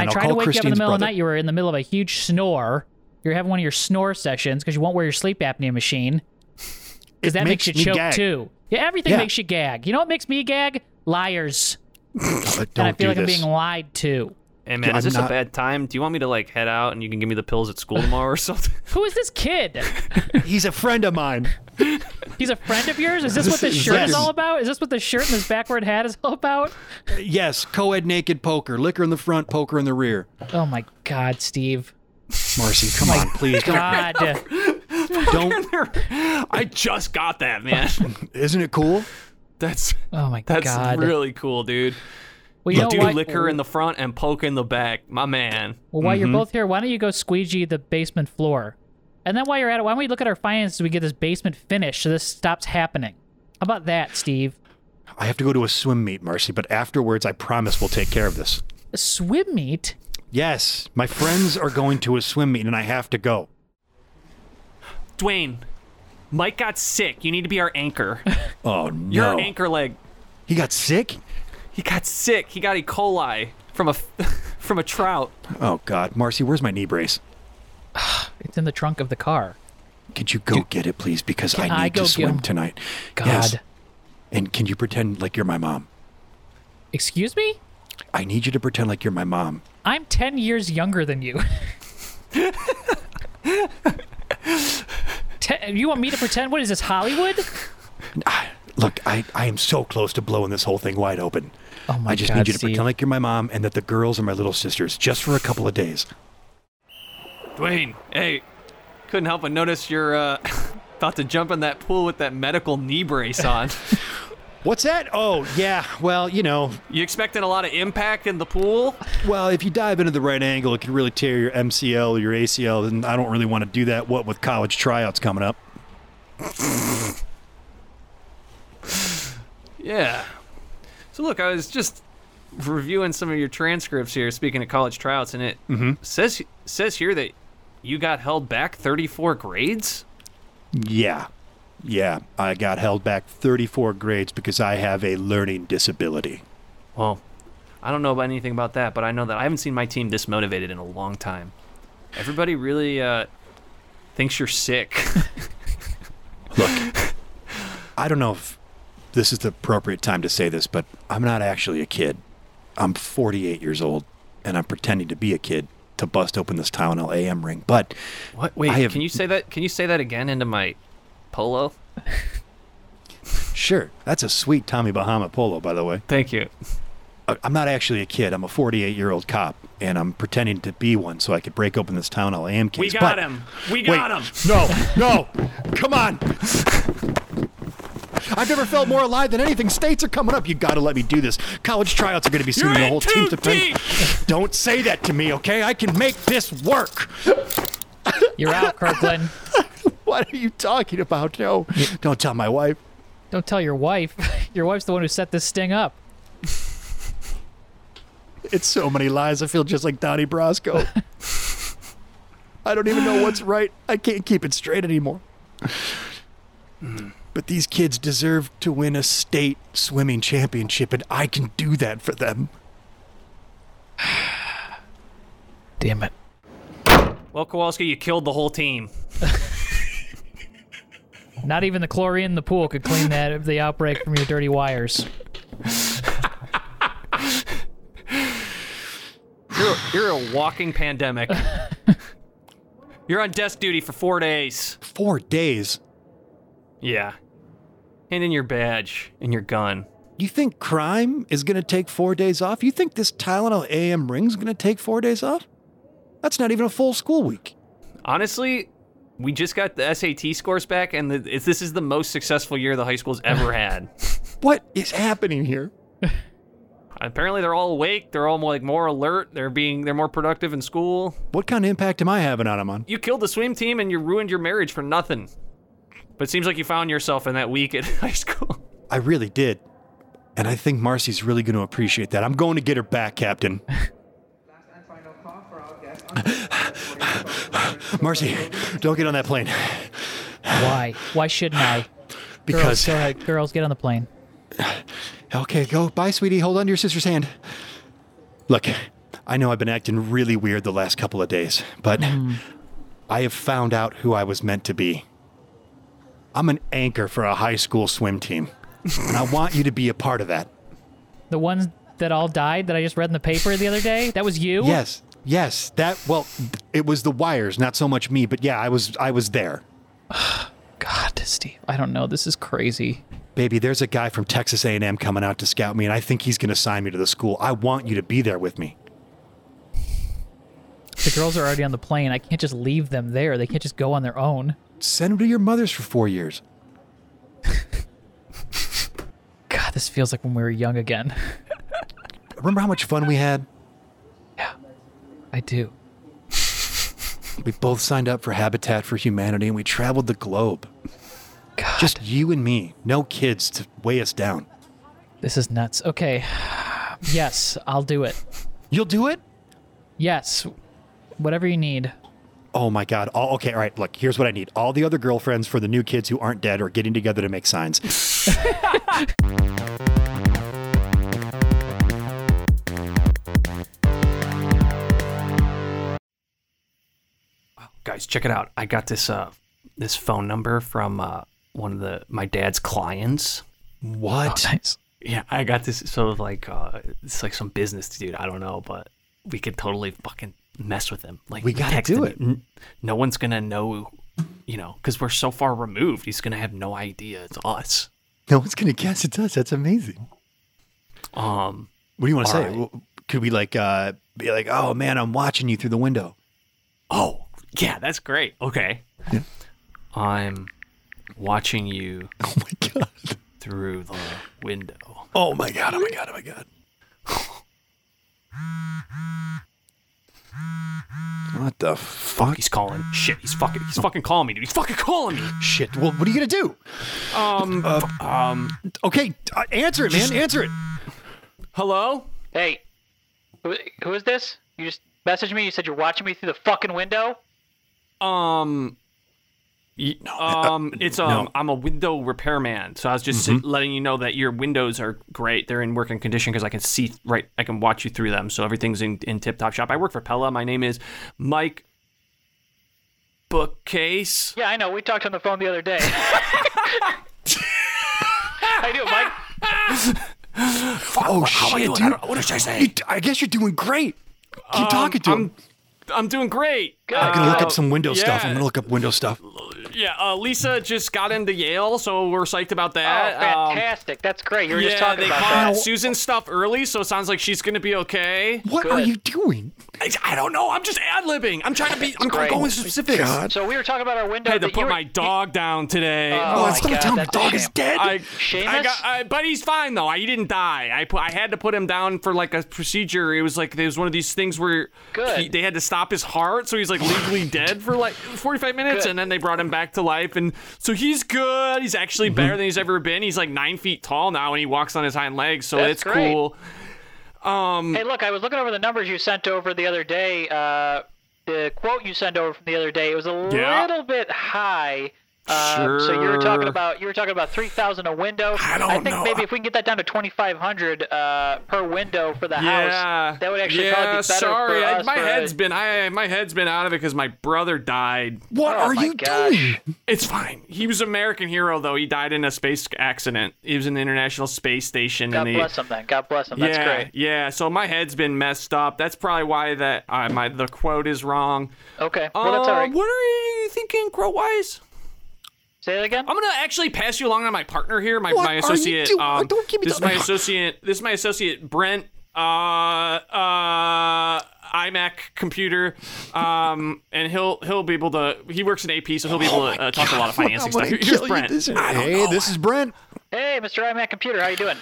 S3: and I
S4: will
S3: tried to wake
S4: call
S3: you up in
S4: Christine's
S3: the middle of the
S4: brother.
S3: night. You were in the middle of a huge snore. You're having one of your snore sessions because you won't wear your sleep apnea machine. Because that makes,
S4: makes
S3: you
S4: me
S3: choke
S4: gag.
S3: too. Yeah, everything
S4: Yeah.
S3: makes you gag. You know what makes me gag? Liars.
S4: But
S3: and I
S4: Uh, don't
S3: feel
S4: do
S3: like I'm
S4: this.
S3: being lied to.
S2: Hey, man,
S4: I'm
S2: is this a
S4: not-
S2: bad time? Do you want me to, like, head out and you can give me the pills at school tomorrow or (laughs) something?
S3: Who is this kid?
S4: He's a friend of mine.
S3: He's a friend of yours? Is this what this
S4: Yes.
S3: shirt is all about? Is this what this shirt and this backward hat is all about?
S4: Yes, co-ed naked poker, liquor in the front, poker in the rear.
S3: Oh my god, Steve.
S4: Marcy, come on,
S3: (laughs)
S4: please.
S2: (laughs)
S4: Don't,
S3: God.
S4: don't.
S2: I just got that, man.
S3: (laughs)
S4: Isn't it cool?
S2: That's
S3: Oh my
S2: that's
S3: god.
S2: really cool, dude.
S3: well, you
S2: You
S3: know
S2: do
S3: what?
S2: liquor in the front and poke in the back, my man.
S3: Well, while you're both here, why don't you go squeegee the basement floor? And then while you're at it, why don't we look at our finances? We get this basement finished so this stops happening. How about that, Steve?
S4: I have to go to a swim meet, Marcy, but afterwards, I promise we'll take care of this.
S3: A swim meet?
S4: Yes, my friends are going to a swim meet, and I have to go.
S2: Dwayne, Mike got sick. You need to be our anchor.
S4: Oh no!
S2: You're our anchor leg.
S4: He got sick.
S2: He got sick. He got E. coli from a (laughs) from a trout.
S4: Oh God, Marcy, where's my knee brace?
S3: It's in the trunk of the car.
S4: Could you go get it, please? Because I need
S3: I go
S4: to
S3: get
S4: swim
S3: him?
S4: tonight.
S3: God.
S4: Yes. And can you pretend like you're my mom?
S3: Excuse me?
S4: I need you to pretend like you're my mom.
S3: I'm 10 years younger than you. Te- you want me to pretend? What is this, Hollywood?
S4: Ah, Look, I, I am so close to blowing this whole thing wide open.
S3: Oh my
S4: I just
S3: God,
S4: need you to
S3: Steve.
S4: pretend like you're my mom and that the girls are my little sisters just for a couple of days.
S2: Dwayne, hey, couldn't help but notice you're uh, (laughs) about to jump in that pool with that medical knee brace (laughs) on.
S4: What's that? Oh, yeah. Well, you know,
S2: you expecting a lot of impact in the pool?
S4: well, if you dive into the right angle, it can really tear your MCL or your ACL, and I don't really want to do that. What with college tryouts coming up?
S2: Yeah. So look, I was just reviewing some of your transcripts here. Speaking of college tryouts, and it says says here that you got held back 34 grades.
S4: Yeah. Yeah. I got held back 34 grades because I have a learning disability.
S2: Well, I don't know about anything about that, but I know that I haven't seen my team this motivated in a long time. Everybody really uh, thinks you're sick.
S4: (laughs) I don't know if this is the appropriate time to say this, but I'm not actually a kid. I'm 48 years old, and I'm pretending to be a kid to bust open this Tylenol AM ring. But
S2: what? Wait,
S4: I have-
S2: can you say that? Can you say that again into my polo?
S4: sure, that's a sweet Tommy Bahama polo, by the way.
S2: Thank you.
S4: I- I'm not actually a kid. I'm a 48 year old cop, and I'm pretending to be one so I could break open this Tylenol AM case.
S2: We got
S4: but,
S2: him. We
S4: Wait,
S2: got him. (laughs)
S4: no, no, come on. I've never felt more alive than anything. States are coming up. You got to let me do this. College tryouts are going to be
S2: You're
S4: soon. and the
S2: in
S4: whole
S2: too
S4: team's depending.
S2: deep.
S4: (laughs) Don't say that to me, okay? I can make this work. (laughs)
S3: You're out, Kirkland.
S4: What are you talking about? No, don't tell my wife.
S3: Don't tell your wife. (laughs) Your wife's the one who set this sting up.
S4: It's so many lies. I feel just like Donnie Brasco. I don't even know what's right. I can't keep it straight anymore. But these kids deserve to win a state swimming championship, and I can do that for them.
S3: Damn it.
S2: Well, Kowalski, you killed the whole team.
S3: Not even the chlorine in the pool could clean that the outbreak from your dirty wires.
S2: You're, you're a walking pandemic. you're on desk duty for four days.
S4: Four days.
S2: Yeah. Hand in your badge and your gun.
S4: You think crime is going to take four days off? You think this Tylenol AM ring's going to take four days off? That's not even a full school week.
S2: Honestly, we just got the SAT scores back, and the, it's, this is the most successful year the high school's (laughs) ever had.
S4: What is happening here?
S2: Apparently, they're all awake. They're all like more alert. They're being they're more productive in school.
S4: What kind of impact am I having on him on?
S2: You killed the swim team, and you ruined your marriage for nothing. But it seems like you found yourself in that week at (laughs) high school.
S4: I really did. And I think Marcy's really going to appreciate that. I'm going to get her
S3: (laughs)
S4: back, Captain. Marcy, don't get on that plane.
S3: Why? Why shouldn't I? Girls,
S4: Because.
S3: go ahead. Girls, get on the plane.
S4: Okay, go. Bye, sweetie. Hold on to your sister's hand. Look, I know I've been acting really weird the last couple of days, but
S3: Hmm.
S4: I have found out who I was meant to be. I'm an anchor for a high school swim team, and I want you to be a part of that.
S3: The ones that all died that I just read in the paper the other day? That was you?
S4: Yes, yes. That well, it was the wires, not so much me, but yeah, I was I was there.
S3: God, Steve. I don't know. This is crazy.
S4: Baby, there's a guy from Texas A&M coming out to scout me, and I think he's going to sign me to the school. I want you to be there with me.
S3: The girls are already on the plane. I can't just leave them there. They can't just go on their own.
S4: Send him to your mother's for four years.
S6: this feels like when we were young
S3: (laughs)
S6: again.
S4: Remember how much fun we had?
S6: I do.
S4: We both signed up for Habitat for Humanity and we traveled the globe. Just you and me, no kids to weigh us down.
S6: This is nuts.
S3: (sighs)
S6: Okay. Yes, I'll do it.
S4: You'll do it?
S6: Yes. Whatever you need.
S4: Oh my God. All, okay, all right, look, here's what I need all the other girlfriends for the new kids who aren't dead are getting together to make signs.
S2: Guys, check it out. I got this uh this phone number from uh one of the my dad's clients.
S4: What?
S6: Nice.
S2: Yeah, I got this sort of like uh it's like some business dude, I don't know, but we could totally fucking mess with him. Like
S4: We gotta
S2: text
S4: do
S2: him.
S4: it.
S2: N- No one's gonna know you know, because we're so far removed, he's gonna have no idea it's us.
S4: No one's going to guess it's us. That's amazing.
S2: Um
S4: What do you want to
S2: All
S4: say?
S2: right.
S4: W- Could we like uh, be like, oh man, I'm watching you through the window?
S2: Oh, yeah, that's great. Okay. I'm watching you
S4: (laughs) Oh my god.
S2: through the window.
S4: Oh my god. Oh my god. Oh my god. What the fuck?
S2: He's calling. Shit, he's fucking he's fucking calling me, dude. He's fucking calling me.
S4: Shit. Well, what are you gonna do? Uh,
S2: Um um
S4: Okay, uh, answer it, man. Answer it.
S2: hello?
S3: Hey, who, who is this? You just messaged me. You said you're watching me through the fucking window.
S2: Um (laughs) y- um, it's um, I'm a window repairman, so I was just letting you know that your windows are great. They're in working condition because I can see right. I can watch you through them, so everything's in, in tip top shop. I work for Pella. My name is Mike Bookcase.
S3: Yeah, I know. We talked on the phone the other day. How you doing, Mike?
S4: Oh
S2: How are you? I
S4: shit, dude.
S2: don't- What did I say?
S4: You- I guess you're doing great. Keep talking to him.
S2: Um, I'm doing great.
S4: I'm gonna look up some window
S2: yeah.
S4: stuff. I'm gonna look up window stuff.
S2: Yeah, uh, Lisa just got into Yale, so we're psyched about
S3: Oh,
S2: that. Um,
S3: fantastic. That's great. You were just
S2: yeah,
S3: talking
S2: they
S3: about
S2: caught
S3: that.
S2: Susan's stuff early, so it sounds like she's gonna be okay.
S4: What are you doing?
S2: I, I don't know. I'm just ad libbing. I'm trying to be. I'm
S3: great.
S2: going specific. I
S3: So we were talking about our window.
S2: had to
S3: that you
S2: put
S3: were-
S2: my dog down today.
S3: Oh,
S4: Oh,
S3: my
S4: it's not
S3: God,
S4: telling me
S3: that's a
S4: dog is
S3: shame.
S4: dead.
S2: I, I
S3: Seamus?
S2: got, I, but he's fine though. I, he didn't die. I put, I had to put him down for like a procedure. It was like there was one of these things where
S3: Good.
S2: he- they had to stop his heart, so he's like
S3: (sighs)
S2: legally dead for like 45 minutes,
S3: Good.
S2: and then they brought him back to life, and so he's good. He's actually better than he's ever been. He's like nine feet tall now, and he walks on his hind legs, so
S3: That's
S2: it's
S3: great.
S2: cool.
S3: Hey, look, I was looking over the numbers you sent over the other day. Uh, the quote you sent over from the other day it was a
S2: Yeah.
S3: little bit high. Uh, So you were talking
S2: Sure.
S3: about you were talking about three thousand a window. I
S2: don't
S3: think
S2: know.
S3: maybe if we can get that down to twenty five hundred uh, per window for the
S2: Yeah,
S3: house, that would actually
S2: yeah,
S3: probably be better
S2: sorry.
S3: for
S2: I-
S3: us.
S2: my
S3: for-
S2: head's been I my head's been out of it because my brother died.
S4: What
S3: Oh
S4: are
S3: my
S4: you
S3: gosh.
S4: doing?
S2: It's fine. He was an American hero, though. He died in a space accident. He was in the International Space Station. and
S3: God
S2: they,
S3: bless him then. God bless him. That's
S2: yeah,
S3: great.
S2: Yeah, so my head's been messed up. That's probably why that uh, my the quote is wrong.
S3: Okay. Well, that's all
S2: Uh,
S3: right.
S2: What are you thinking, grow wise?
S3: Say that again.
S2: I'm gonna actually pass you along to my partner here, my,
S4: What
S2: my
S4: are you
S2: associate.
S4: doing?
S2: um,
S4: Don't give me
S2: this is
S4: the-
S2: my associate. This is my associate Brent. Uh, uh, iMac computer, um, and he'll he'll be able to. He works in AP, so he'll be able to uh, talk to a lot of financing stuff. (laughs) Here- Here's Brent.
S4: Hey, this is Brent.
S3: Hey, Mr. iMac Computer, how you doing?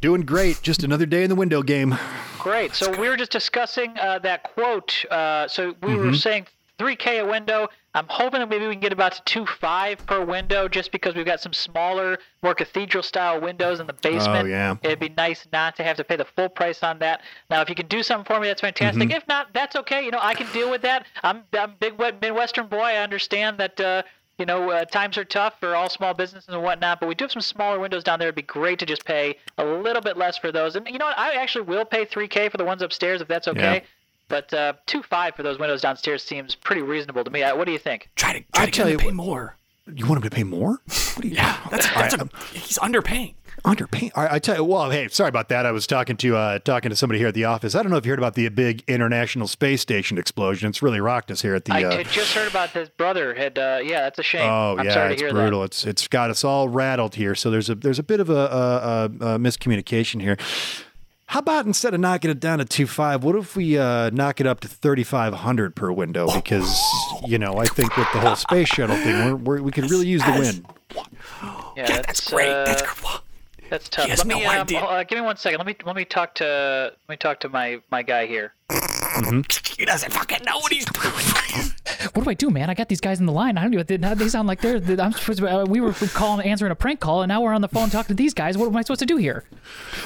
S4: Doing great. Just another day in the window game.
S3: Great. So we were just discussing uh, that quote. Uh, so we were saying 3K a window. I'm hoping that maybe we can get about to two five per window, just because we've got some smaller, more cathedral-style windows in the basement.
S4: yeah.
S3: It'd be nice not to have to pay the full price on that. Now, if you can do something for me, that's fantastic.
S4: Mm-hmm.
S3: If not, that's okay. You know, I can deal with that. I'm I'm a big wet- Midwestern boy. I understand that. Uh, you know, uh, times are tough for all small businesses and whatnot, but we do have some smaller windows down there. It'd be great to just pay a little bit less for those. And you know what? I actually will pay 3K for the ones upstairs if that's okay. But uh, two five for those windows downstairs seems pretty reasonable to me. Uh, What do you think?
S2: Try to try
S4: I
S2: to
S4: tell
S2: get him
S4: you
S2: to pay
S4: what-
S2: more.
S4: You want him to pay more?
S2: Yeah, that's, that's a, he's underpaying.
S4: Underpay. I, I tell you. Well, hey, sorry about that. I was talking to uh, talking to somebody here at the office. I don't know if you heard about the big International Space Station explosion. It's really rocked us here at the.
S3: I
S4: uh,
S3: had just heard about his brother had. Uh, yeah, that's a shame.
S4: Oh
S3: I'm
S4: yeah,
S3: sorry
S4: it's
S3: to hear
S4: brutal. It's it's got us all rattled here. So there's a there's a bit of a, a, a, a miscommunication here. How about instead of knocking it down to two five, what if we uh, knock it up to thirty five hundred per window? Because you know, I think with the whole space shuttle thing, we're, we're, we could really use the win.
S2: uh,
S3: uh, that. Yeah, that's, great. that's, That's tough.
S2: He has
S3: Let me,
S2: no
S3: um,
S2: idea.
S3: oh, uh, give me one second. Let me let me talk to let me talk to my my guy here.
S2: He doesn't fucking know what he's doing.
S5: What do I do, man? I got these guys in the line. I don't know. They, now they sound like they're. that I'm supposed to. Uh, we were calling, answering a prank call, and now we're on the phone talking to these guys. What am I supposed to do here?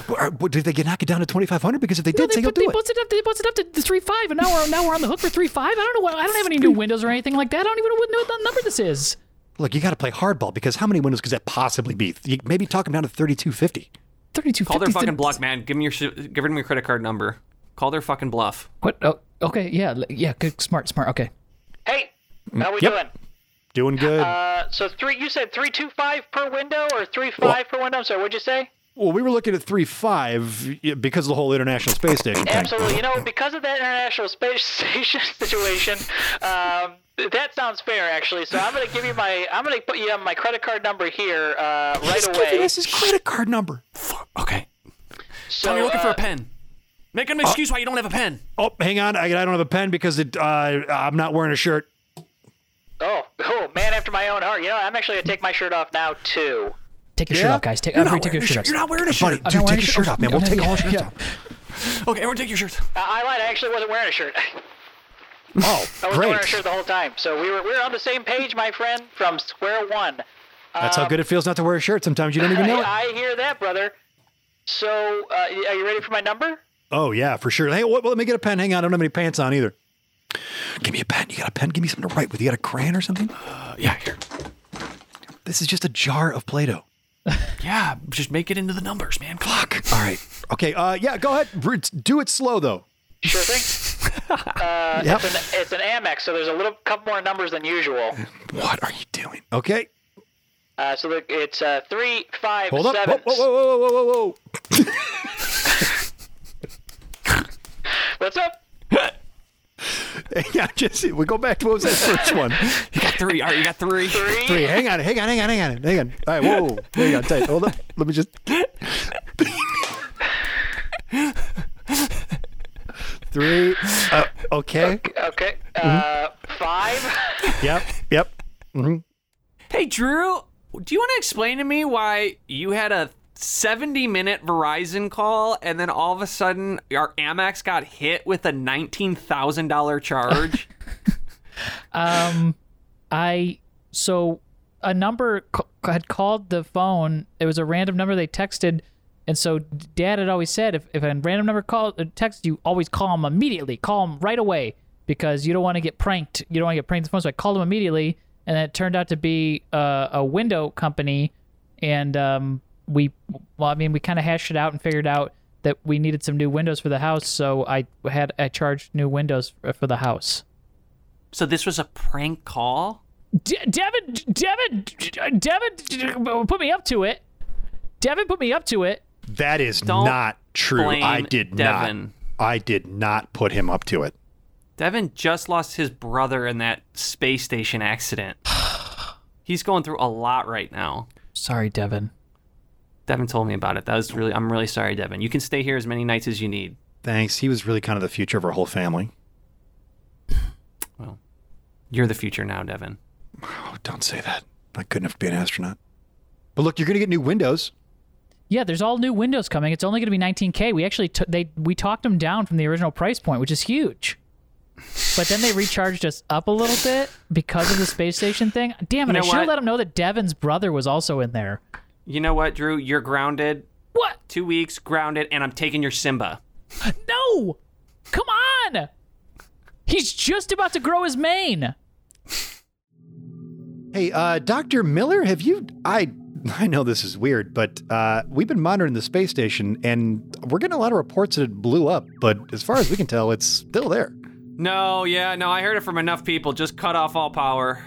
S4: But, are- but did they get knock it down to 2,500? Because if they
S5: No,
S4: did,
S5: they,
S4: say you'll
S5: put, they
S4: do it.
S5: bumped it up. They bumped it up to the three five, and now we're now we're on the hook for three five. I don't know what. I don't have any new windows or anything like that. I don't even know what, what number this is.
S4: Look, you got to play hardball because how many windows could that possibly be? You, maybe talk them down to 3,250.
S5: Thirty
S2: (laughs)
S5: two.
S2: Call their fucking bluff, man. Give them your sh- give them your credit card number. Call their fucking bluff.
S5: What? Oh, okay. Yeah. l- Yeah. Good. Smart. Smart. Okay.
S3: Hey,
S2: Mm,
S3: how we
S4: Yep.
S3: doing?
S4: Doing good.
S3: Uh, so three. You said three two five per window or three five per window. I'm sorry. What'd you say?
S4: well, we were looking at 3.5 because of the whole International Space Station thing.
S3: Absolutely. You know, because of that international space (laughs) station situation, um, th- that sounds fair actually. So I'm gonna give you my I'm gonna put you on my credit card number here uh, right
S4: He's
S3: away.
S4: giving us his credit card number.
S2: Fuck. Okay.
S3: so
S2: Tell me you're looking for
S3: uh,
S2: a pen. Make an excuse why you don't have a pen.
S4: Oh, hang on. I, I don't have a pen because it, uh, I'm not wearing a shirt.
S3: oh oh man after my own heart. You know, I'm actually gonna take my shirt off now too.
S5: Take your shirt
S4: Yeah.
S5: off, guys. Take.
S4: You're
S5: Everybody,
S4: not
S5: take your
S4: wearing a
S5: shirt off.
S4: shirt. You're not wearing a shirt.
S5: I'm
S4: Dude,
S5: not
S4: take
S5: wearing
S4: your
S5: a
S4: shirt
S5: shirt.
S4: off, man.
S5: No,
S4: We'll
S5: no,
S4: take all our
S5: yeah,
S4: shirts
S5: yeah.
S4: off.
S5: (laughs)
S2: Okay, everyone take your shirts.
S3: Uh, I lied. I actually wasn't wearing a shirt. (laughs) I
S4: Oh,
S3: was wearing a shirt
S4: great.
S3: the whole time. So we were we were on the same page, my friend, from square one.
S4: That's how good it feels not to wear a shirt. Sometimes you don't even know it.
S3: Um, I, I hear that, brother. So uh, y- are you ready for my number?
S4: Oh yeah, for sure. Hey, what, let me get a pen. Hang on, I don't have any pants on either. Give me a pen. You got a pen? Give me something to write with. You got a crayon or something?
S2: Uh, yeah, here.
S4: This is just a jar of Play-Doh.
S2: Yeah, just make it into the numbers, man. Come on.
S4: Fuck. All right. Okay. Uh, yeah. Go ahead. R- Do it slow though.
S3: Sure thing. uh,
S4: Yep.
S3: it's,
S4: (laughs)
S3: an, it's an Amex, so there's a little couple more numbers than usual.
S4: What are you doing? Okay.
S3: Uh, so look, it's uh, three, five,
S4: Hold up. Whoa,
S3: seven.
S4: whoa, whoa, whoa, whoa, whoa, (laughs) whoa.
S3: What's up?
S4: Yeah, Jesse. We go back to what was that
S3: (laughs)
S4: first one?
S2: You got three. All right, you got three.
S3: Three.
S4: Three. Hang on. Hang on. Hang on. Hang on. Hang on. All right. Whoa. Hang on. Tight. Hold up. Let me just. Three. Uh, okay.
S3: Okay. Uh,
S4: Mm-hmm.
S3: Five.
S4: Yep. Yep.
S2: Hey, Drew, do you want to explain to me why you had a 70 minute Verizon call and then all of a sudden our Amex got hit with a $19,000
S4: (laughs)
S2: charge?
S5: Um, I so a number c- had called the phone. It was a random number they texted, and so Dad had always said if, if a random number call uh, texts you, always call them immediately. Call them right away because you don't want to get pranked. You don't want to get pranked on the phone. So I called them immediately, and it turned out to be uh, a window company, and um, we well, I mean, we kind of hashed it out and figured out that we needed some new windows for the house. So I had I charged new windows for- for the house.
S2: so this was a prank call?
S5: De- Devin, Devin, Devin, put me up to it. Devin put me up to it.
S4: That is
S2: Don't
S4: not true.
S2: blame
S4: I did
S2: Devin.
S4: not. I did not put him up to it.
S2: Devin just lost his brother in that space station
S4: (sighs)
S2: accident. He's going through a lot right now.
S5: Sorry, Devin.
S2: Devin told me about it. That was really I'm really sorry, Devin. You can stay here as many nights as you need.
S4: Thanks. He was really kind of the future of our whole family.
S2: You're the future now, Devin.
S4: Oh, don't say that. I couldn't have been an astronaut. But look, you're going to get new windows.
S5: Yeah, there's all new windows coming. It's only going to be 19k. We actually t- they we talked them down from the original price point, which is huge. But then they recharged us up a little bit because of the space station thing. Damn it!
S2: You
S5: I
S2: know
S5: should have
S2: what?
S5: let them know that Devin's brother was also in there.
S2: You know what, Drew? You're grounded.
S5: What?
S2: Two weeks, grounded, and I'm taking your Simba.
S5: No! Come on! He's just about to grow his mane.
S4: Hey, uh, Dr. Miller, have you? I I know this is weird, but uh, we've been monitoring the space station, and we're getting a lot of reports that it blew up. But as far as we can tell, it's still there.
S2: No, yeah, no, I heard it from enough people. Just cut off all power.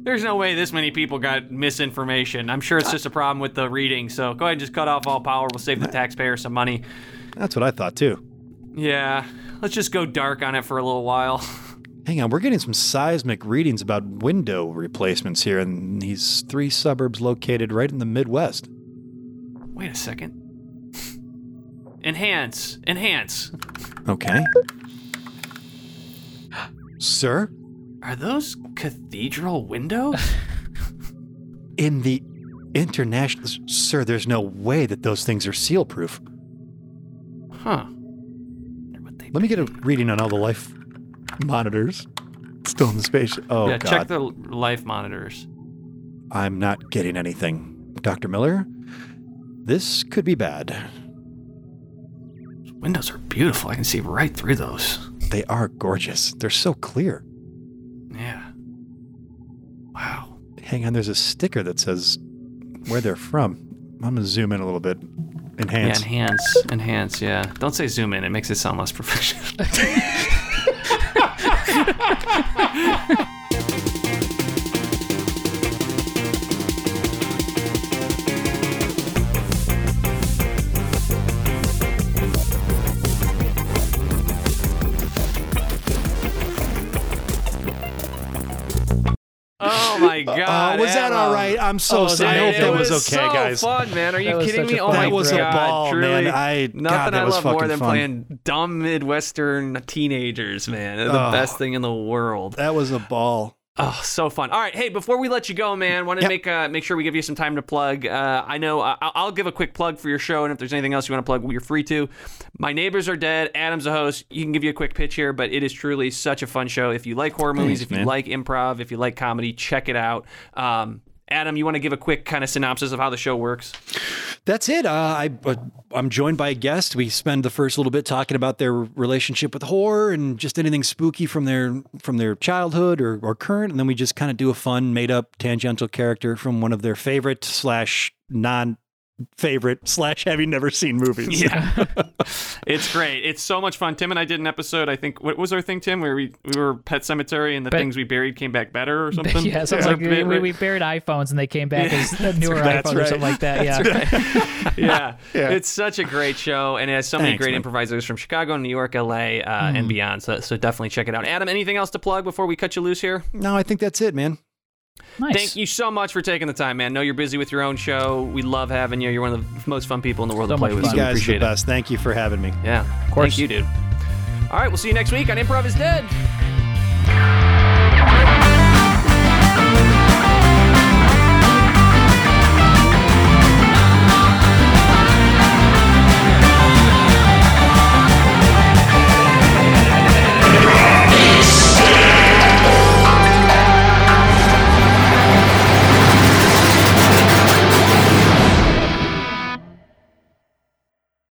S2: There's no way this many people got misinformation. I'm sure it's just a problem with the reading, so go ahead and just cut off all power. We'll save the taxpayer some money.
S4: That's what I thought too.
S2: Yeah, let's just go dark on it for a little while. (laughs)
S4: Hang on, we're getting some seismic readings about window replacements here in these three suburbs located right in the Midwest.
S2: Wait a second. Enhance, enhance.
S4: Okay. Sir,
S2: Are those cathedral windows?
S4: in the International, sir. There's no way that those things are seal proof.
S2: Huh.
S4: Let me get a reading on all the life monitors. Still in the space. Oh
S2: yeah,
S4: God,
S2: check the life monitors.
S4: I'm not getting anything, Doctor Miller. This could be bad.
S2: Windows are beautiful. I can see right through those.
S4: They are gorgeous. They're so clear.
S2: Yeah. Wow.
S4: Hang on, there's a sticker that says where they're from. I'm gonna zoom in a little bit. Enhance.
S2: Yeah, enhance. Enhance, yeah. Don't say zoom in, it makes it sound less
S4: (laughs)
S2: professional. oh my god.
S4: Uh, was that
S2: Adam.
S4: all right? I'm so sorry. I hope
S2: Oh, It
S4: that was, okay,
S2: so
S4: guys.
S2: fun, man. Are you
S5: That was
S2: kidding
S5: such a
S2: me? Oh
S5: fun
S2: my
S4: That was a
S2: god,
S4: ball,
S2: truly.
S4: man. I-
S2: nothing
S4: God, that
S2: I
S4: was
S2: love more
S4: fucking
S2: than
S4: fun.
S2: playing dumb Midwestern teenagers, man. They're the
S4: Oh.
S2: best thing in the world.
S4: That was a ball.
S2: Oh, so fun! All right, hey, before we let you go, man, want to
S4: Yep.
S2: make uh, make sure we give you some time to plug. Uh, I know uh, I'll, I'll give a quick plug for your show, and if there's anything else you want to plug, you're free to. My neighbors are dead. Adam's a host. You can give you a quick pitch here, but it is truly such a fun show. If you like horror movies, if you
S4: man.
S2: like improv, if you like comedy, check it out. Um, Adam, you want to give a quick kind of synopsis of how the show works?
S4: That's it. Uh, I uh, I'm joined by a guest. We spend the first little bit talking about their relationship with horror and just anything spooky from their from their childhood or, or current, and then we just kind of do a fun made up tangential character from one of their favorite slash non favorite slash have you never seen movies.
S2: (laughs) Yeah, it's great. It's so much fun. Tim and I did an episode. I think what was our thing, Tim? Where we we were Pet Cemetery, and the
S5: But-
S2: things we buried came back better,
S5: (laughs)
S2: or something.
S5: yeah, sounds like we, we- we buried iPhones and they came back as newer
S4: (laughs)
S5: iPhones
S4: That's
S5: or
S4: right.
S5: something like that. Yeah.
S2: (laughs) yeah.
S4: (laughs) Yeah.
S2: It's such a great show, and it has so many
S4: Thanks,
S2: great
S4: man. Hmm.
S2: improvisers from Chicago, New York, LA, uh, and beyond. So, so definitely check it out. Adam, anything else to plug before we cut you loose here?
S4: No, I think that's it, man.
S5: Nice.
S2: Thank you so much for taking the time, man. Know you're busy with your own show. We love having you. You're one of the most fun people in the world
S5: So
S2: to play
S5: much
S2: with.
S5: fun.
S2: so we
S4: You guys are the
S2: appreciate it.
S4: best. Thank you for having me.
S2: Yeah. Of
S5: course.
S2: Thank you, dude. All right, we'll see you next week on Improv is Dead.